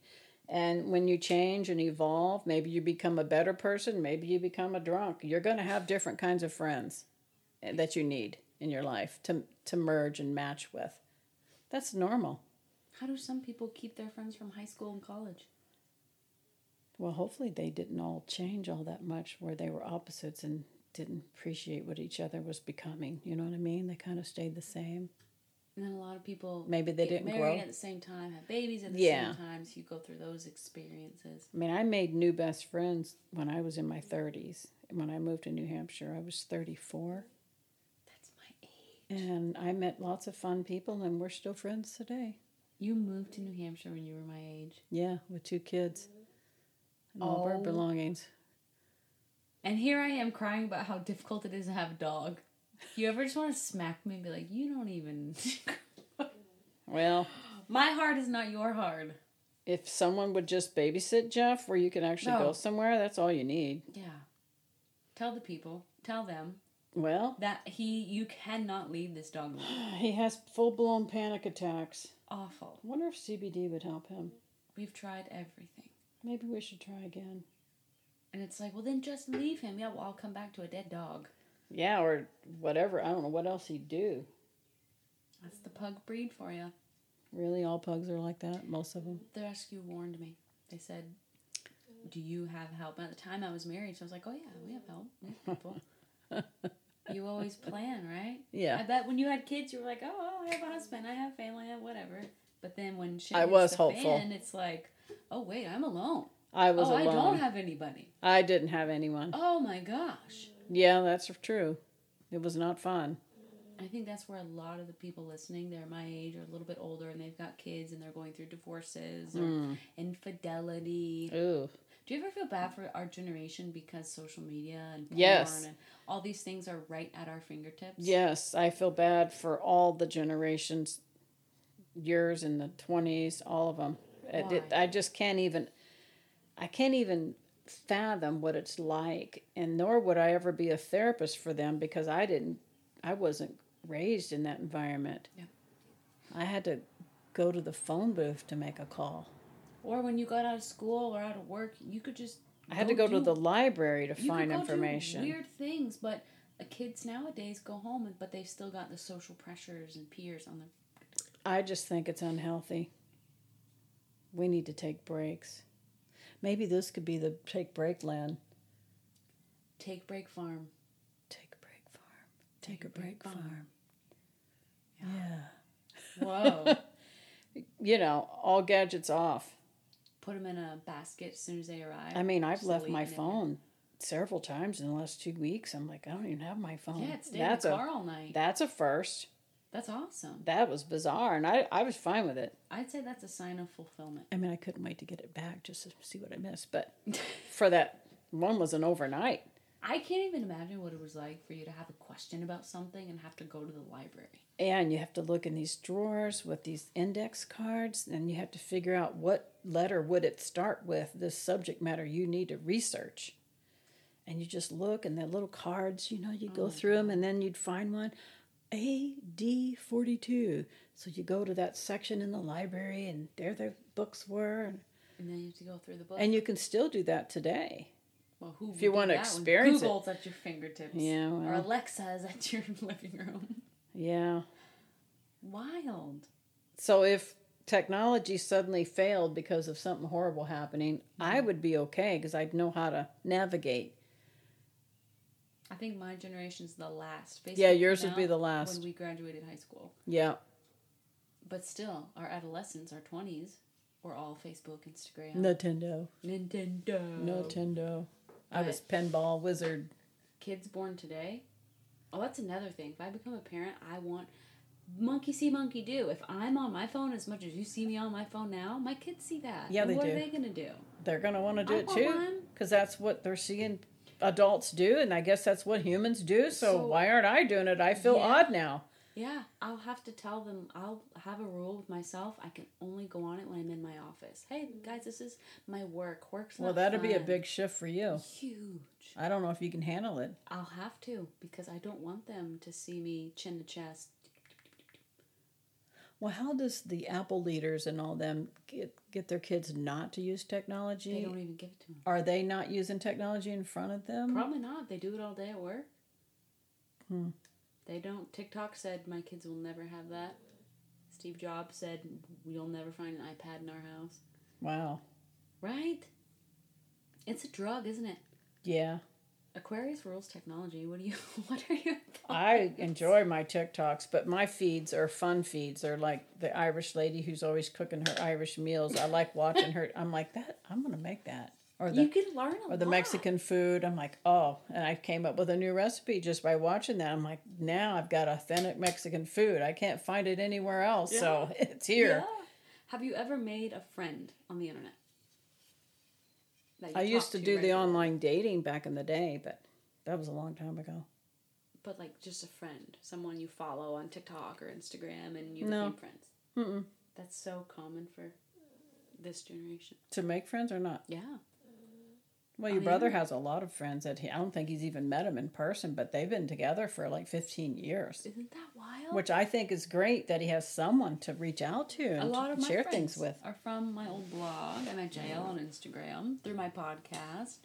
B: And when you change and evolve, maybe you become a better person, maybe you become a drunk. You're going to have different kinds of friends eh, that you need in your life to to merge and match with. That's normal.
A: How do some people keep their friends from high school and college?
B: Well, hopefully they didn't all change all that much where they were opposites and didn't appreciate what each other was becoming. You know what I mean? They kind of stayed the same.
A: And then a lot of people
B: Maybe they
A: get
B: didn't
A: married
B: grow.
A: at the same time, have babies at the
B: Yeah.
A: same time, so you go through those experiences.
B: I mean, I made new best friends when I was in my 30s. When I moved to New Hampshire, I was 34.
A: That's my age.
B: And I met lots of fun people, and we're still friends today.
A: You moved to New Hampshire when you were my age.
B: Yeah, with two kids and all of our
A: Oh.
B: belongings.
A: And here I am crying about how difficult it is to have a dog. You ever just want to smack me and be like, you don't even.
B: Well,
A: my heart is not your heart.
B: if someone would just babysit Jeff, where you can actually
A: No.
B: go somewhere, that's all you need.
A: Yeah. Tell the people, tell them
B: Well,
A: that he, you cannot leave this dog alone.
B: he has full blown panic attacks.
A: Awful.
B: I wonder if CBD would help him.
A: We've tried everything.
B: Maybe we should try again.
A: And it's like, well, then just leave him. Yeah, well, I'll come back to a dead dog.
B: Yeah, or whatever. I don't know what else he'd do.
A: That's the pug breed for you.
B: Really, all pugs are like that, most of them.
A: The rescue warned me. They said, "Do you have help?" And at the time, I was married, so I was like, "Oh yeah, we have help. We have people." you always plan, right?
B: Yeah.
A: I bet when you had kids, you were like, "Oh, I have a husband. I have family. I have whatever." But then when shit
B: I
A: hits
B: was
A: the
B: hopeful.
A: fan, it's like, "Oh wait, I'm alone.
B: I was
A: oh,
B: alone.
A: I don't have anybody.
B: I didn't have anyone.
A: Oh my gosh."
B: Yeah, that's true. It was not fun.
A: I think that's where a lot of the people listening, they're my age or a little bit older, and they've got kids and they're going through divorces or
B: Hmm.
A: infidelity.
B: Ooh.
A: Do you ever feel bad for our generation because social media and porn
B: Yes.
A: and all these things are right at our fingertips?
B: Yes, I feel bad for all the generations, yours in the 20s, all of them. I, did,
A: Why?
B: I just can't even, I can't even fathom what it's like. And nor would I ever be a therapist for them because I didn't, I wasn't raised in that environment.
A: Yeah.
B: I had to go to the phone booth to make a call.
A: Or when you got out of school or out of work, you could just
B: I had to go
A: Don't
B: to
A: do-
B: the library to
A: You could
B: find
A: go do
B: information.
A: weird things, but uh, kids nowadays go home, and- but they've still got the social pressures and peers on them.
B: I just think it's unhealthy. We need to take breaks. Maybe this could be the take break land.
A: Take break farm.
B: Take a break farm. Take a break farm. Yeah.
A: Whoa.
B: You know, all gadgets off.
A: Put them in a basket as soon as they arrive.
B: I mean, I've
A: Just
B: left
A: leave
B: my
A: it in there.
B: phone several times in the last two weeks. I'm like, I don't even have my phone.
A: Yeah, it's stayed
B: that's
A: in the
B: a
A: car all night.
B: that's a first.
A: That's awesome.
B: That was bizarre, and I I was fine with it.
A: I'd say that's a sign of fulfillment.
B: I mean, I couldn't wait to get it back just to see what I missed. But for that one was an overnight.
A: I can't even imagine what it was like for you to have a question about something and have to go to the library.
B: And you have to look in these drawers with these index cards, and you have to figure out what letter would it start with. This subject matter you need to research, and you just look, and the little cards, you know, you go through them, and then you'd find one, A D forty two. So you go to that section in the library, and there the books were, and,
A: And then you have to go through the book.
B: and you can still do that today.
A: well, who
B: if you
A: would do
B: wanna
A: that when
B: experience it.
A: Google's at your fingertips.
B: Yeah,
A: Or
B: well.
A: Alexa is at your living room.
B: Yeah.
A: Wild.
B: So if technology suddenly failed because of something horrible happening, I would be okay because I'd know how to navigate.
A: I think my generation's the last. Facebook
B: Yeah, yours
A: came
B: would be
A: out
B: the last.
A: When we graduated high school.
B: Yeah.
A: But still, our adolescents, our 20s, were all Facebook, Instagram,
B: Nintendo.
A: Nintendo.
B: Nintendo. I
A: But-
B: was pinball wizard.
A: kids born today. Oh, that's another thing. If I become a parent, I want monkey see, monkey do. If I'm on my phone as much as you see me on my phone now, my kids see that.
B: Yeah,
A: And
B: they
A: what
B: do.
A: are they gonna do?
B: They're going to want to do
A: I
B: it
A: want
B: too
A: one.
B: because that's what they're seeing adults do. And I guess that's what humans do. So,
A: So-
B: why aren't I doing it? I feel
A: Yeah.
B: odd now.
A: Yeah, I'll have to tell them. I'll have a rule with myself. I can only go on it when I'm in my office. Hey guys, this is my work. Work's
B: Well,
A: not
B: that'd be a
A: fun.
B: big shift for you.
A: huge.
B: I don't know if you can handle it.
A: I'll have to because I don't want them to see me chin to chest.
B: Well, how does the Apple leaders and all them get get their kids not to use technology?
A: They don't even give it to them.
B: Are they not using technology in front of them?
A: Probably not. They do it all day at work.
B: Hmm.
A: They don't. TikTok said my kids will never have that. Steve Jobs said we'll never find an iPad in our house.
B: Wow.
A: Right? It's a drug, isn't it?
B: Yeah.
A: Aquarius rules technology. What do you? What are your thoughts?
B: I enjoy my TikToks, but my feeds are fun feeds. They're like the Irish lady who's always cooking her Irish meals. I like watching her. I'm like, that, I'm going to make that. Or
A: you
B: the,
A: can learn a
B: or the
A: lot.
B: Mexican food. I'm like, oh. And I came up with a new recipe just by watching that. I'm like, now I've got authentic Mexican food. I can't find it anywhere else. So it's here.
A: Yeah. Have you ever made a friend on the internet? that you
B: I used
A: talk
B: to do the
A: regularly?
B: online dating back in the day, but that was a long time ago.
A: but like just a friend, someone you follow on TikTok or Instagram, and you
B: No.
A: became friends.
B: Mm-mm.
A: That's so common for this generation.
B: To make friends or not?
A: Yeah,
B: Well,
A: On
B: your
A: the
B: brother
A: internet.
B: has a lot of friends that he, I don't think he's even met him in person, but they've been together for like 15 years,
A: isn't that wild?
B: which I think is great that he has someone to reach out to and
A: a lot
B: to
A: of my
B: share
A: friends
B: things with.
A: are from my old blog. I'm at JL on Instagram through my podcast.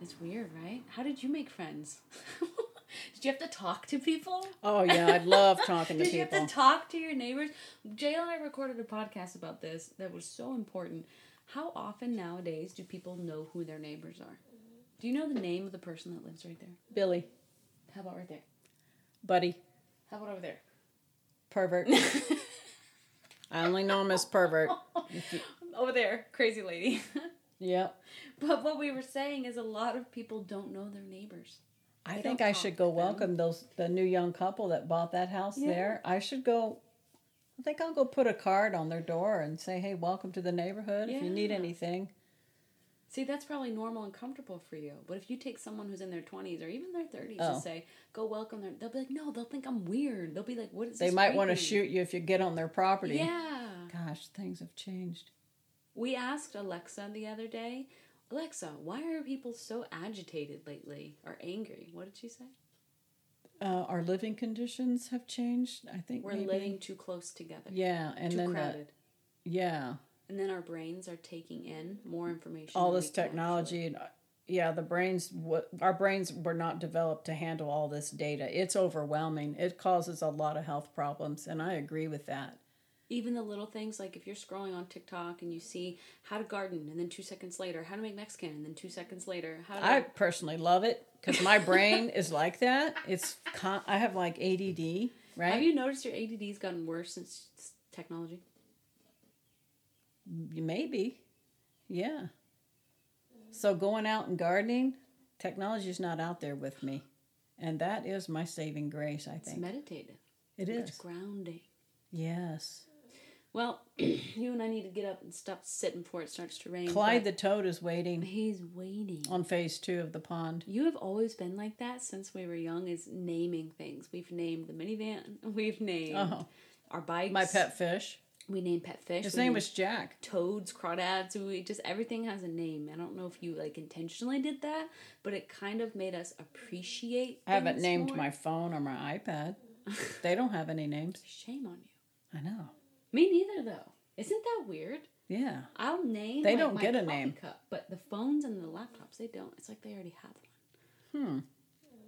A: It's weird, right? How did you make friends? did you have to talk to people?
B: Oh, yeah, I love talking to
A: Did you have
B: people.
A: to talk to your neighbors? Jay and I recorded a podcast about this that was so important. How often nowadays do people know who their neighbors are? Do you know the name of the person that lives right there?
B: Billy,
A: How about right there?
B: buddy,
A: How about over there?
B: pervert. I only know him as pervert.
A: Over there, crazy lady.
B: Yep.
A: but what we were saying is a lot of people don't know their neighbors.
B: I
A: They
B: think
A: don't
B: I
A: talk
B: should go
A: to them.
B: welcome those the new young couple that bought that house
A: Yeah.
B: there. I should go. I think I'll go put a card on their door and say, "Hey, welcome to the neighborhood. If you need
A: Yeah.
B: anything,
A: See, that's probably normal and comfortable for you. But if you take someone who's in their 20s or even their 30s
B: Oh.
A: and say, go welcome them, they'll be like, no, they'll think I'm weird. They'll be like, what is
B: they
A: this
B: might want to
A: creepy?"
B: shoot you if you get on their property."
A: Yeah.
B: Gosh, things have changed.
A: We asked Alexa the other day, Alexa, why are people so agitated lately or angry? What did she say?
B: Uh, our living conditions have changed. I think
A: We're
B: maybe.
A: living too close together.
B: Yeah, and
A: too
B: then uh, the-
A: crowded.
B: yeah,
A: And then our brains are taking in more information.
B: all
A: than
B: this
A: we can
B: technology and uh, yeah the brains what our brains were not developed to handle all this data it's overwhelming it causes a lot of health problems and i agree with that
A: actually- Even the little things like if you're scrolling on TikTok and you see how to garden, and then two seconds later, how to make Mexican, and then two seconds later, how to.
B: i personally love it because my brain is like that it's con- i have like add
A: have
B: right
A: you noticed your ADD's gotten worse since s- technology?
B: maybe yeah so going out and gardening technology is not out there with me and that is my saving grace i
A: It's
B: think
A: meditative.
B: it
A: It's
B: is
A: grounding.
B: yes
A: Well, you and I need to get up and stop sitting before it starts to rain.
B: clyde
A: but
B: the toad is waiting
A: he's waiting.
B: on phase two of the pond.
A: You have always been like that since we were young. Is naming things. We've named the minivan. We've named
B: Oh,
A: our bikes.
B: my pet fish.
A: We named pet fish.
B: His
A: we
B: name
A: named
B: was Jack.
A: toads, crawdads. We just everything has a name. I don't know if you like intentionally did that, but it kind of made us appreciate.
B: I haven't
A: things
B: named
A: more.
B: my phone or my iPad. They don't have any names.
A: Shame on you.
B: I know.
A: Me neither, though. Isn't that weird?
B: Yeah.
A: I'll name.
B: They
A: like,
B: don't
A: my
B: get a
A: coffee
B: name.
A: cup, but the phones and the laptops they don't. It's like they already have one.
B: Hmm.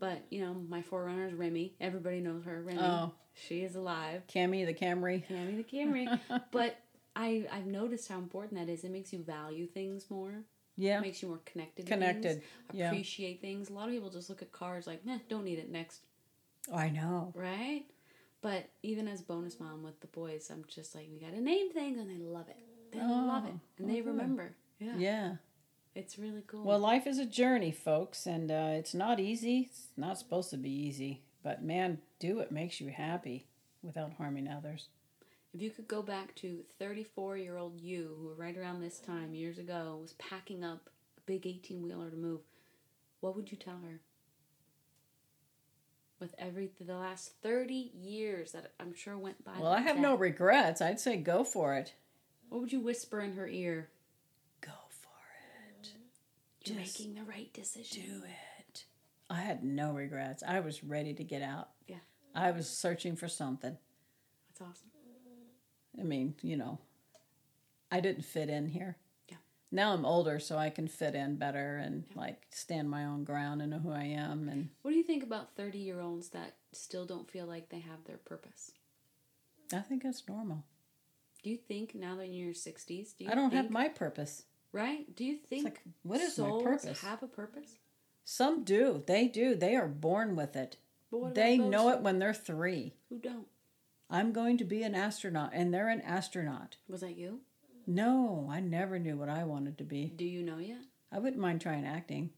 A: But you know, my forerunner is Remy. Everybody knows her, Remy.
B: Oh.
A: She is alive.
B: Cammy the Camry.
A: Tammy the Camry. but I I've noticed how important that is. It makes you value things more.
B: Yeah.
A: It makes you more connected. To
B: Connected,
A: Things,
B: yeah.
A: appreciate things. A lot of people just look at cars like, meh, don't need it next,
B: I know.
A: right? But even as bonus mom with the boys, I'm just like, we gotta name things, and they love it. They love it,
B: Oh,
A: and they remember. Yeah.
B: Yeah.
A: It's really cool.
B: Well, life is a journey, folks, and uh, it's not easy. It's not supposed to be easy, but man, do what makes you happy without harming others.
A: If you could go back to 34 year old you, who right around this time years ago was packing up a big 18 wheeler to move, what would you tell her? With every the last 30 years that I'm sure went by.
B: Well, I
A: like
B: have
A: that,
B: no regrets. I'd say go for it.
A: What would you whisper in her ear?
B: Go for it.
A: You're
B: Just
A: making the right decision.
B: do it. I had no regrets. I was ready to get out.
A: Yeah.
B: I was searching for something.
A: That's awesome.
B: I mean, you know, I didn't fit in here.
A: Yeah.
B: Now I'm older, so I can fit in better and like stand my own ground and know who I am. And
A: What do you think about 30 year olds that still don't feel like they have their purpose?
B: I think that's normal.
A: Do you think now that you're in your 60s, do you
B: I don't have
A: think-
B: my purpose.
A: right? Do you think
B: like, what is my
A: souls
B: purpose?
A: Have a purpose?
B: Some do. They do. They are born with it.
A: But what
B: They
A: about those
B: know it when they're three.
A: Who don't?
B: I'm going to be an astronaut, and they're an astronaut.
A: Was that you?
B: No, I never knew what I wanted to be.
A: Do you know yet?
B: I wouldn't mind trying acting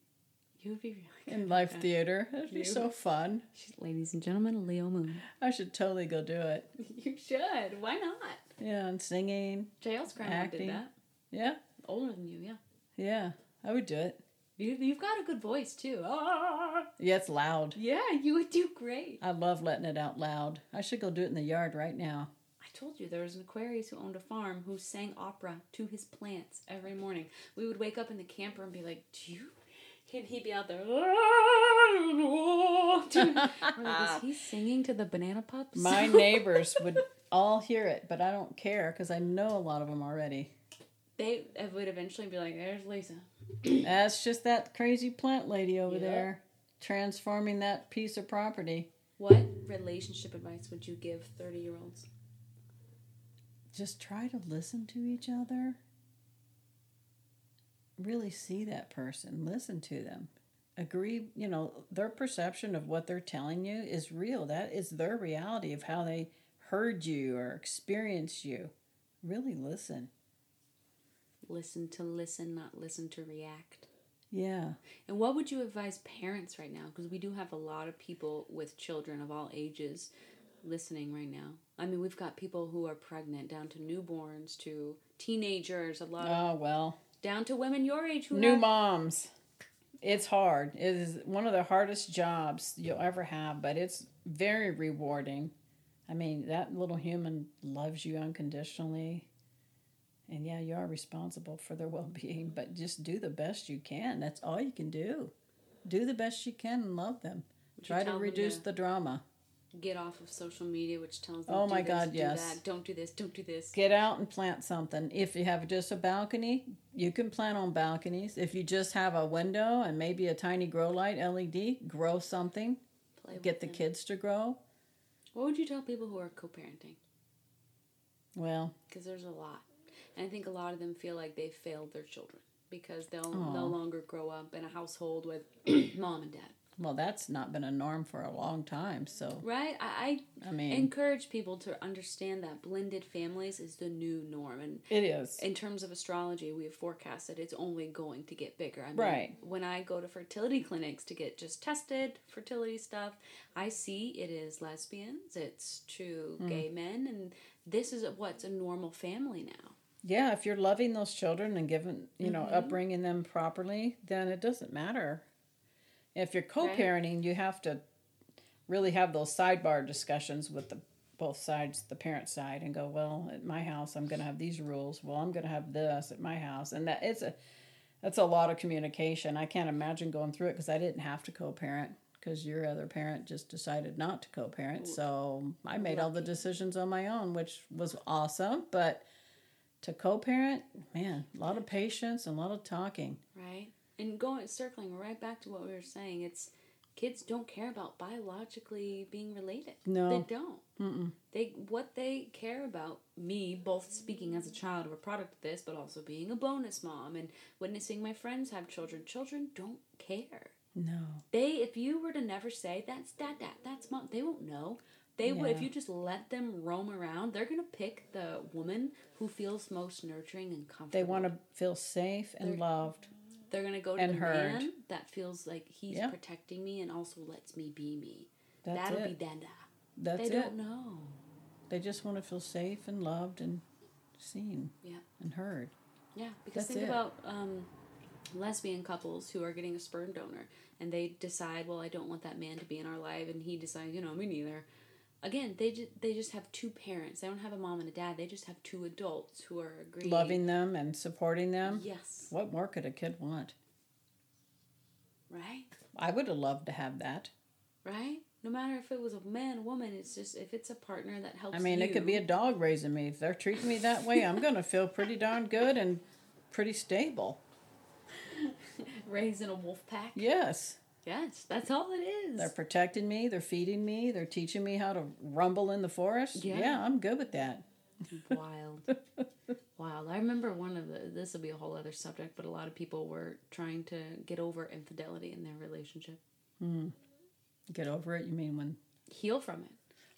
A: You would be really
B: in live theater. It'd be
A: You-
B: so fun.
A: good. Ladies and gentlemen, Leo Moon.
B: I should totally go do it.
A: you should. Why not?
B: Yeah, and singing.
A: JL's grandma
B: Acting.
A: did that.
B: Yeah,
A: Older than you, yeah.
B: yeah, I would do it.
A: You, you've got a good voice too. Ah,
B: Yeah, it's loud.
A: yeah, you would do great.
B: I love letting it out loud. I should go do it in the yard right now.
A: I told you there was an Aquarius who owned a farm who sang opera to his plants every morning. We would wake up in the camper and be like, "Do you?" And he'd be out there. Dude, we're like, is he singing to the banana pups?
B: My neighbors would all hear it, but I don't care because I know a lot of them already.
A: they would eventually be like, "There's Lisa."
B: That's just that crazy plant lady over
A: Yep.
B: there transforming that piece of property.
A: What relationship advice would you give 30 year olds?
B: Just try to listen to each other. Really see that person, listen to them. Agree, you know, their perception of what they're telling you is real. That is their reality of how they heard you or experienced you. Really listen.
A: Listen to listen, not listen to react.
B: Yeah.
A: And what would you advise parents right now? Because we do have a lot of people with children of all ages listening right now. I mean, we've got people who are pregnant, down to newborns, to teenagers, a lot of,
B: Oh, well.
A: down to women your age who
B: new
A: have-
B: moms it's hard it is one of the hardest jobs you'll ever have but it's very rewarding i mean that little human loves you unconditionally and yeah you are responsible for their well-being but just do the best you can that's all you can do do the best you can and love them
A: Would you
B: try to
A: tell them
B: reduce the drama
A: get off of social media, which tells them,
B: Oh
A: "Do
B: my
A: this,
B: God,
A: do
B: yes.
A: that, don't do this, don't do this.
B: Get out and plant something. If you have just a balcony, you can plant on balconies. If you just have a window and maybe a tiny grow light LED, grow something.
A: Play with
B: Get the
A: them."
B: kids to grow.
A: What would you tell people who are co-parenting?
B: Well,
A: Because there's a lot, and I think a lot of them feel like they failed their children because they'll
B: Aw.
A: no longer grow up in a household with mom and dad.
B: well, that's not been a norm for a long time. So,
A: Right? I,
B: I
A: I
B: mean,
A: encourage people to understand that blended families is the new norm, and
B: it is.
A: in terms of astrology, we have forecasted it's only going to get bigger. I mean,
B: Right.
A: When I go to fertility clinics to get just tested fertility stuff, I see it is lesbians, it's to gay men, and this is what's a normal family now.
B: Yeah, if you're loving those children and giving, you know, upbringing them properly, then it doesn't matter. If you're co-parenting, you have to really have those sidebar discussions with the both sides, the parent side, and go, well, at my house, I'm going to have these rules. Well, I'm going to have this at my house, and that it's a that's a lot of communication. I can't imagine going through it because I didn't have to co-parent because your other parent just decided not to co-parent. So I made all the decisions on my own, which was awesome, but to co-parent man a lot of patience and a lot of talking
A: Right. And going circling right back to what we were saying, it's kids don't care about biologically being related.
B: No.
A: They don't. Mm-mm. They what they care about me both speaking as a child of a product of this, but also being a bonus mom and witnessing my friends have children. Children don't care.
B: no
A: They if you were to never say that's dad dad, that's mom, they won't know. They would if
B: Yeah.
A: you just let them roam around, they're gonna pick the woman who feels most nurturing and comfortable
B: they want to feel safe and loved
A: they're gonna go to
B: And
A: the
B: heard.
A: man that feels like he's
B: Yeah.
A: protecting me and also lets me be me.
B: that's
A: That'll
B: it
A: be Danda.
B: that's
A: They
B: it
A: don't know.
B: they just want to feel safe and loved and seen
A: Yeah.
B: and heard
A: Yeah, because
B: That's
A: think
B: it.
A: about um, lesbian couples who are getting a sperm donor and they decide, well, I don't want that man to be in our life, and he decides, you know, me neither. Again, they ju- they just have two parents. They don't have a mom and a dad. They just have two adults who are agreeing.
B: loving them and supporting them
A: Yes.
B: what more could a kid want
A: Right.
B: i would have loved to have that
A: Right. No matter if it was a man, woman, it's just if it's a partner that helps.
B: i mean it could be a dog raising me if they're treating me that way i'm gonna feel pretty darn good and pretty stable
A: raised in a wolf pack.
B: yes
A: Yes, that's all it is.
B: They're protecting me. They're feeding me. They're teaching me how to rumble in the forest.
A: Yeah.
B: Yeah, I'm good with that.
A: wild. wild. I remember one of the this will be a whole other subject, but a lot of people were trying to get over infidelity in their relationship.
B: Get over it. You mean when?
A: Heal from it.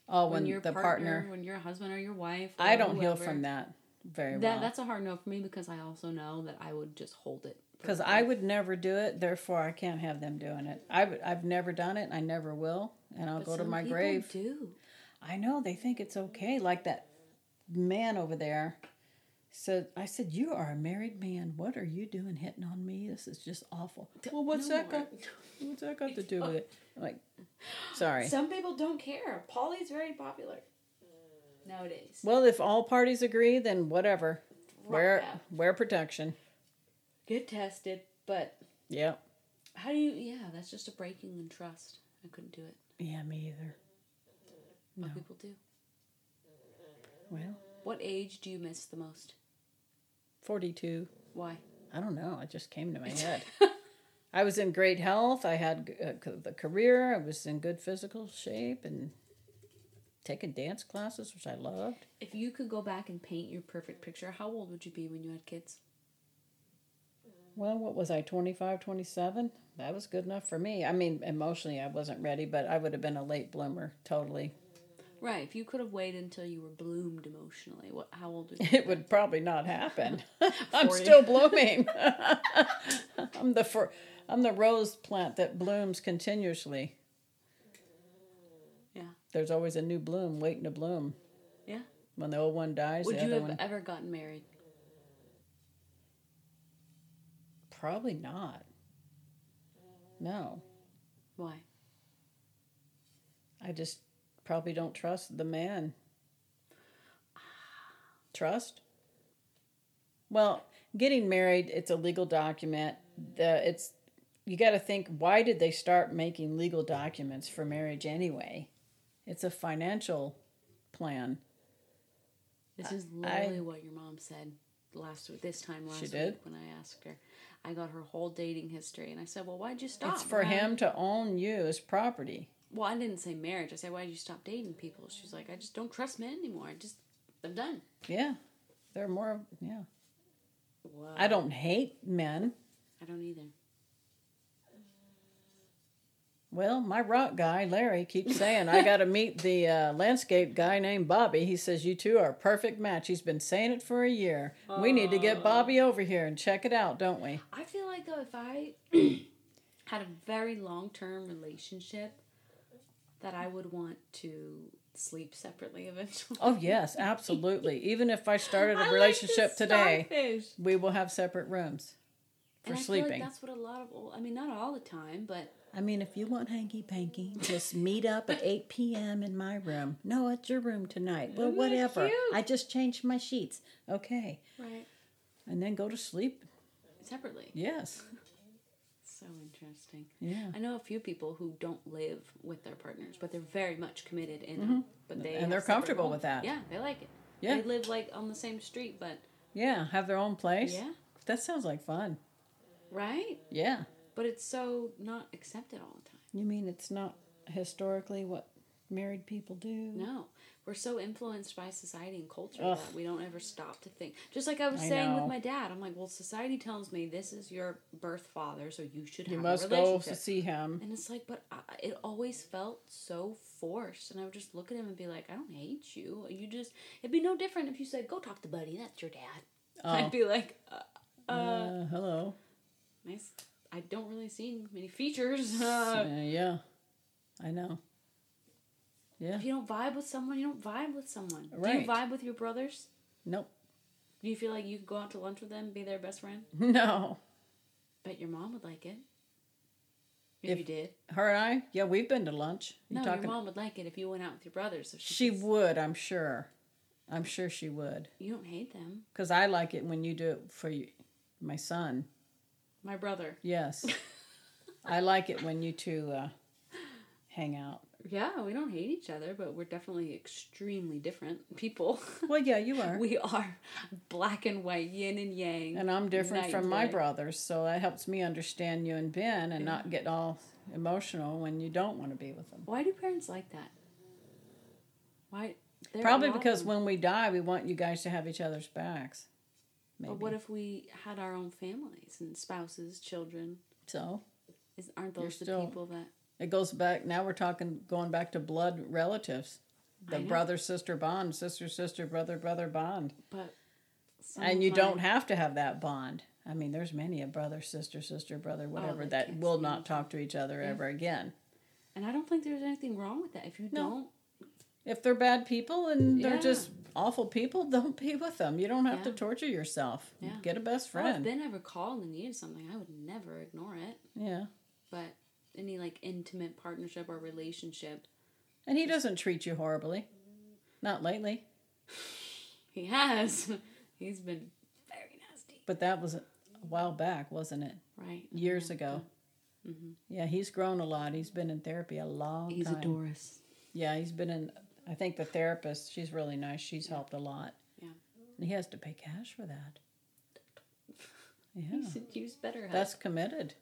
B: Oh,
A: When,
B: when,
A: your
B: the
A: partner,
B: partner.
A: when your husband or your wife or
B: I don't heal
A: whoever-
B: from that very
A: That
B: well
A: that's a hard no for me because I also know that I would just hold it.
B: because I would never do it. Therefore, I can't have them doing it. I would. I've never done it. and I never will. And I'll
A: But
B: go to
A: some
B: my
A: people
B: grave.
A: Do.
B: I know they think it's okay. Like that man over there said, I said, You are a married man. What are you doing hitting on me? This is just awful. Well, what's
A: no
B: that
A: more.
B: got? What's that got to do with it? I'm like, sorry.
A: Some people don't care. Polly's very popular nowadays.
B: well, if all parties agree, then whatever. Wear
A: yeah.
B: wear protection.
A: Get tested, but
B: Yeah.
A: how do you? Yeah, that's just a breaking in trust. I couldn't do it.
B: Yeah, me either.
A: But
B: No.
A: people do.
B: Well,
A: What age do you miss the most?
B: forty two.
A: Why?
B: I don't know. It just came to my head. I was in great health. I had uh, c- the career. I was in good physical shape and taking dance classes, which I loved.
A: If you could go back and paint your perfect picture, how old would you be when you had kids?
B: Well, what was I, 25, 27? That was good enough for me. I mean, emotionally, I wasn't ready, but I would have been a late bloomer, totally.
A: Right. If you could have waited until you were bloomed emotionally, what? How old would you?
B: It would probably not happen. I'm
A: Forty.
B: still blooming. I'm the fir- I'm the rose plant that blooms continuously.
A: Yeah.
B: There's always a new bloom waiting to bloom.
A: Yeah.
B: When the old one dies,
A: Would
B: the
A: you
B: other
A: have
B: one
A: ever gotten married?
B: Probably not. No,
A: Why?
B: I just probably don't trust the man. Trust? Well, getting married, it's a legal document. The it's you got to think why did they start making legal documents for marriage anyway? It's a financial plan.
A: This is literally what your mom said last week. This time last
B: did?
A: week when I asked her, I got her whole dating history, and I said, "Well, why'd you stop?"
B: It's for
A: Why-
B: him to own you as property.
A: Well, I didn't say marriage. I said, "Why'd you stop dating people?" She's like, "I just don't trust men anymore. I just, I'm done."
B: Yeah. They're more, yeah.
A: Wow.
B: I don't hate men.
A: I don't either.
B: Well, my rock guy, Larry, keeps saying, I got to meet the uh, landscape guy named Bobby. He says, You two are a perfect match. He's been saying it for a year. We need to get Bobby over here and check it out, don't we?
A: I feel like though if I had a very long term relationship that I would want to sleep separately eventually.
B: Oh, yes, absolutely. Even if I started
A: I like
B: a
A: the
B: relationship today,
A: starfish.
B: we will have separate rooms for
A: And I feel like
B: sleeping.
A: that's what a lot of well, I mean not all the time, but
B: I mean, if you want hanky panky, just meet up at 8 p.m. in my room. No, it's your room tonight. Well,
A: Isn't that
B: whatever.
A: cute?
B: I just changed my sheets. Okay.
A: right
B: And then go to sleep.
A: separately.
B: Yes.
A: So interesting.
B: Yeah.
A: I know a few people who don't live with their partners, but they're very much committed in them. But they
B: Mm-hmm. And
A: have
B: they're
A: separate
B: comfortable
A: homes.
B: with that.
A: Yeah, they like it.
B: Yeah.
A: They live like on the same street, but
B: Yeah. Have their own place.
A: yeah,
B: That sounds like fun.
A: right?
B: Yeah.
A: But it's so not accepted all the time.
B: You mean it's not historically what married people do?
A: No, we're so influenced by society and culture
B: Mm. Ugh.
A: that we don't ever stop to think. Just like I was
B: I
A: saying
B: know.
A: with my dad, I'm like, well, society tells me this is your birth father, so you should
B: You
A: have
B: must
A: a
B: go
A: relationship.
B: to see him.
A: and it's like, but I, it always felt so forced. And I would just look at him and be like, I don't hate you. You just, it'd be no different if you said, go talk to Buddy. That's your dad. I'd be like, uh, uh,
B: Oh. Uh, hello.
A: nice. I don't really see many features. Uh,
B: Uh, yeah. I know. Yeah.
A: if you don't vibe with someone, you don't vibe with someone. Do
B: Right.
A: you vibe with your brothers?
B: Nope.
A: Do you feel like you could go out to lunch with them, and be their best friend?
B: No.
A: Bet your mom would like it. If,
B: If-
A: you did,
B: Her and I, yeah, we've been to lunch. You
A: no,
B: talking-
A: your mom would like it if you went out with your brothers. If
B: She
A: could-
B: would, I'm sure. I'm sure she would.
A: you don't hate them.
B: Because I like it when you do it for you, my son.
A: My brother.
B: Yes. I like it when you two uh, hang out.
A: Yeah, we don't hate each other, but we're definitely extremely different people.
B: Well, yeah, you are.
A: we are black and white, yin and yang.
B: and I'm different
A: night
B: from
A: and
B: my
A: day.
B: brothers, so that helps me understand you and Ben and not get all emotional when you don't want to be with them.
A: Why do parents like that? Why? there are a
B: Probably
A: lot of
B: because
A: them.
B: when we die, we want you guys to have each other's backs. Maybe.
A: But what if we had our own families and spouses, children?
B: so
A: Is, aren't
B: You're
A: those the
B: still-
A: people that?
B: it goes back. Now we're talking going back to blood relatives, the
A: I know.
B: brother sister bond, sister sister brother brother bond.
A: But some
B: and
A: of
B: you
A: my-
B: don't have to have that bond i mean there's many a brother sister sister brother whatever
A: that
B: that
A: Oh, can't
B: will
A: stand
B: not
A: each
B: talk to each other ever again
A: And I don't think there's anything wrong with that. If you
B: No.
A: don't,
B: if they're bad people and they're
A: Yeah.
B: just awful people don't be with them you don't have to
A: Yeah.
B: torture yourself
A: Yeah.
B: get a best
A: well, if
B: friend
A: Ben ever called and needed something, I would never ignore it.
B: yeah
A: But any like intimate partnership or relationship,
B: and he doesn't treat you horribly not lately
A: he has. He's been very nasty.
B: but that was a while back wasn't it
A: Right.
B: years ago yeah he's grown a lot he's been in therapy a long
A: Mm-hmm. He's
B: time
A: a Doris.
B: Yeah, he's been in. I think the therapist. She's really nice. She's helped a lot.
A: Yeah.
B: And he has to pay cash for that.
A: He
B: Yeah.
A: should use better help.
B: That's committed.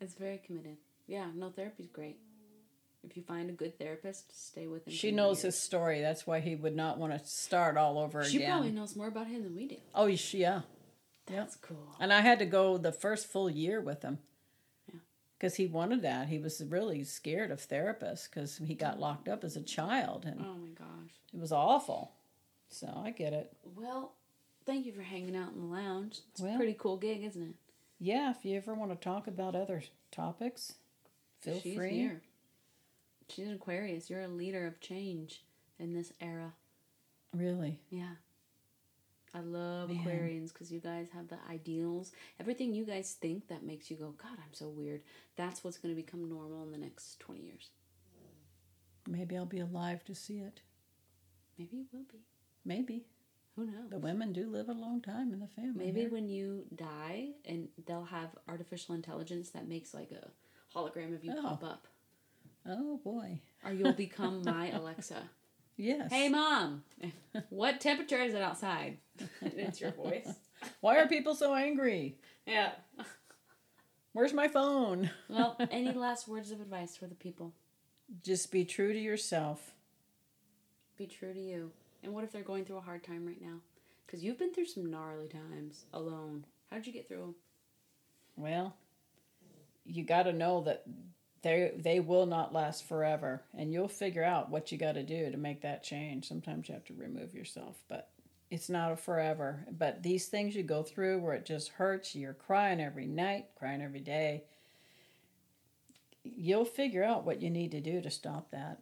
A: it's very committed. Yeah, no therapy's great. If you find a good therapist, stay with him.
B: She
A: for
B: knows
A: years.
B: his story. That's why he would not want to start all over
A: She
B: again.
A: probably knows more about him than we do.
B: Oh, she, yeah.
A: That's cool.
B: And I had to go the first full year with him.
A: Yeah.
B: Because he wanted that. He was really scared of therapists because he got
A: Mm.
B: locked up as a child and
A: Oh my gosh.
B: it was awful. So I get it.
A: Well, thank you for hanging out in the lounge. It's
B: Well-
A: a pretty cool gig, isn't it?
B: Yeah, if you ever want to talk about other topics, feel
A: She's
B: free.
A: Here. She's an Aquarius. You're a leader of change in this era.
B: Really?
A: Yeah. I love
B: Man.
A: Aquarians because you guys have the ideals. Everything you guys think that makes you go, God, I'm so weird. That's what's going to become normal in the next 20 years.
B: Maybe I'll be alive to see it.
A: Maybe you will be.
B: Maybe.
A: Who knows?
B: The women do live a long time in the family.
A: Maybe
B: here.
A: when you die and they'll have artificial intelligence that makes like a hologram of you
B: Oh.
A: pop up.
B: Oh boy.
A: or you'll become my Alexa.
B: Yes.
A: Hey, mom, what temperature is it outside? it's your voice.
B: Why
A: uh,
B: are people so angry?
A: Yeah.
B: Where's my phone?
A: Well, any last words of advice for the people?
B: Just be true to yourself.
A: Be true to you. And what if they're going through a hard time right now? Because you've been through some gnarly times alone. How did you get through 'em?
B: Well, you got to know that they they will not last forever, and you'll figure out what you got to do to make that change. Sometimes you have to remove yourself, but it's not a forever. But these things you go through where it just hurts, you're crying every night, crying every day. You'll figure out what you need to do to stop that.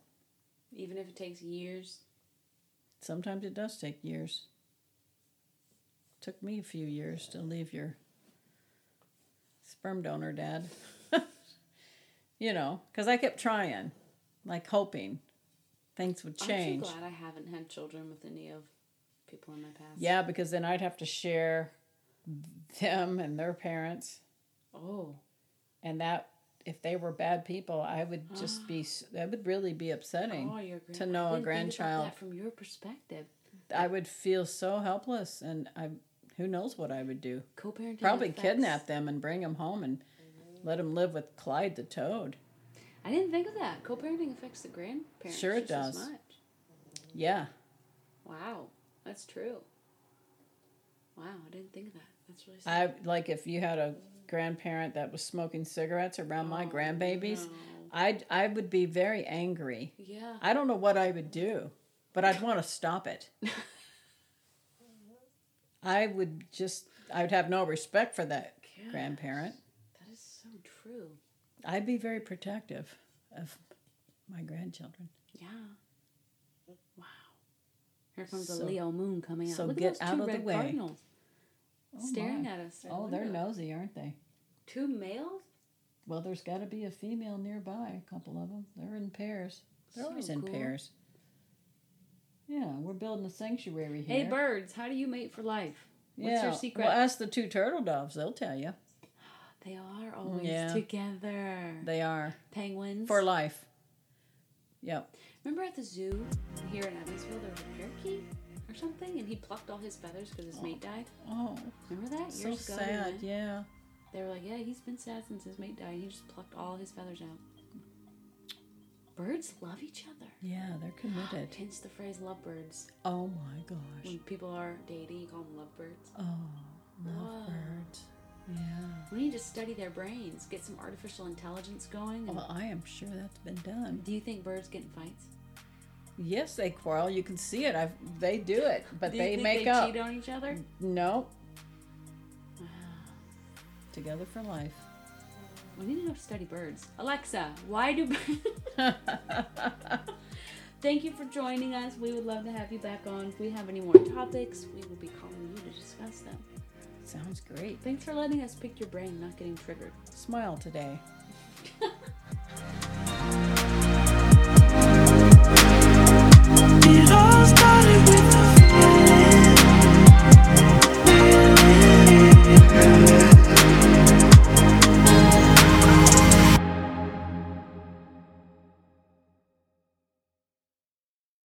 A: Even if it takes years.
B: Sometimes it does take years. Took me a few years to leave your sperm donor dad. you know, because I kept trying, like hoping things would change.
A: I'm so glad I haven't had children with any of people in my past.
B: Yeah, because then I'd have to share them and their parents.
A: Oh.
B: And that, if they were bad people, I would just be, s- that would really be upsetting.
A: Oh, your grand-
B: to know
A: I
B: a
A: didn't think about
B: grandchild.
A: that from your perspective,
B: I would feel so helpless and I, who knows what I would do.
A: co-parenting
B: Probably
A: affects-
B: kidnap them and bring them home and let them live with Clyde the toad.
A: I didn't think of that. Co-parenting affects the grandparents.
B: Sure it
A: just as
B: does.
A: much.
B: Yeah.
A: Wow, that's true. Wow, I didn't think of that. That's really sad.
B: I like if you had a grandparent that was smoking cigarettes around my
A: Oh,
B: grandbabies,
A: no.
B: I'd I would be very angry.
A: Yeah.
B: I don't know what I would do, but I'd want to stop it. I would just I would have no respect for that
A: Yeah.
B: grandparent.
A: That is so true.
B: I'd be very protective of my grandchildren.
A: Yeah. Wow. Here comes
B: So-
A: a Leo moon coming out.
B: so
A: Look at
B: get
A: those
B: out
A: two
B: of the
A: red
B: way.
A: cardinals
B: Oh,
A: staring
B: my.
A: at us. through the
B: Oh, they're
A: window.
B: nosy, aren't they?
A: Two males?
B: Well, there's got to be a female nearby, a couple of them. They're in pairs. They're
A: So
B: always in
A: cool.
B: pairs. Yeah, we're building a sanctuary here.
A: Hey, birds, how do you mate for life?
B: yeah.
A: What's your secret?
B: Well, ask the two turtle doves. They'll tell you.
A: They are always
B: Yeah.
A: together.
B: They are
A: Mm, Penguins.
B: for life. Yep.
A: Remember at the zoo here in Evansville, there was a parakeet or something, and he plucked all his feathers because his mate died.
B: Oh,
A: Remember that?
B: so
A: Years ago, we
B: sad.
A: went.
B: Yeah.
A: They were like, yeah, he's been sad since his mate died. He just plucked all his feathers out. Birds love each other.
B: Yeah, they're committed.
A: Hence the phrase lovebirds.
B: Oh my gosh.
A: When people are dating, you call them lovebirds.
B: Oh, lovebirds. Yeah.
A: We need to study their brains, get some artificial intelligence going. and-
B: Well, I am sure that's been done.
A: Do you think birds get in fights?
B: Yes, they quarrel. You can see it. I've, they do it, but
A: Do you
B: they
A: think
B: make
A: they
B: up. Mm.
A: cheat on each other?
B: No,
A: Wow.
B: together for life.
A: We need to go study birds. Alexa, why do birds? Thank you for joining us. We would love to have you back on. If we have any more topics, we will be calling you to discuss them.
B: Sounds great.
A: Thanks for letting us pick your brain, not getting triggered.
B: Smile today.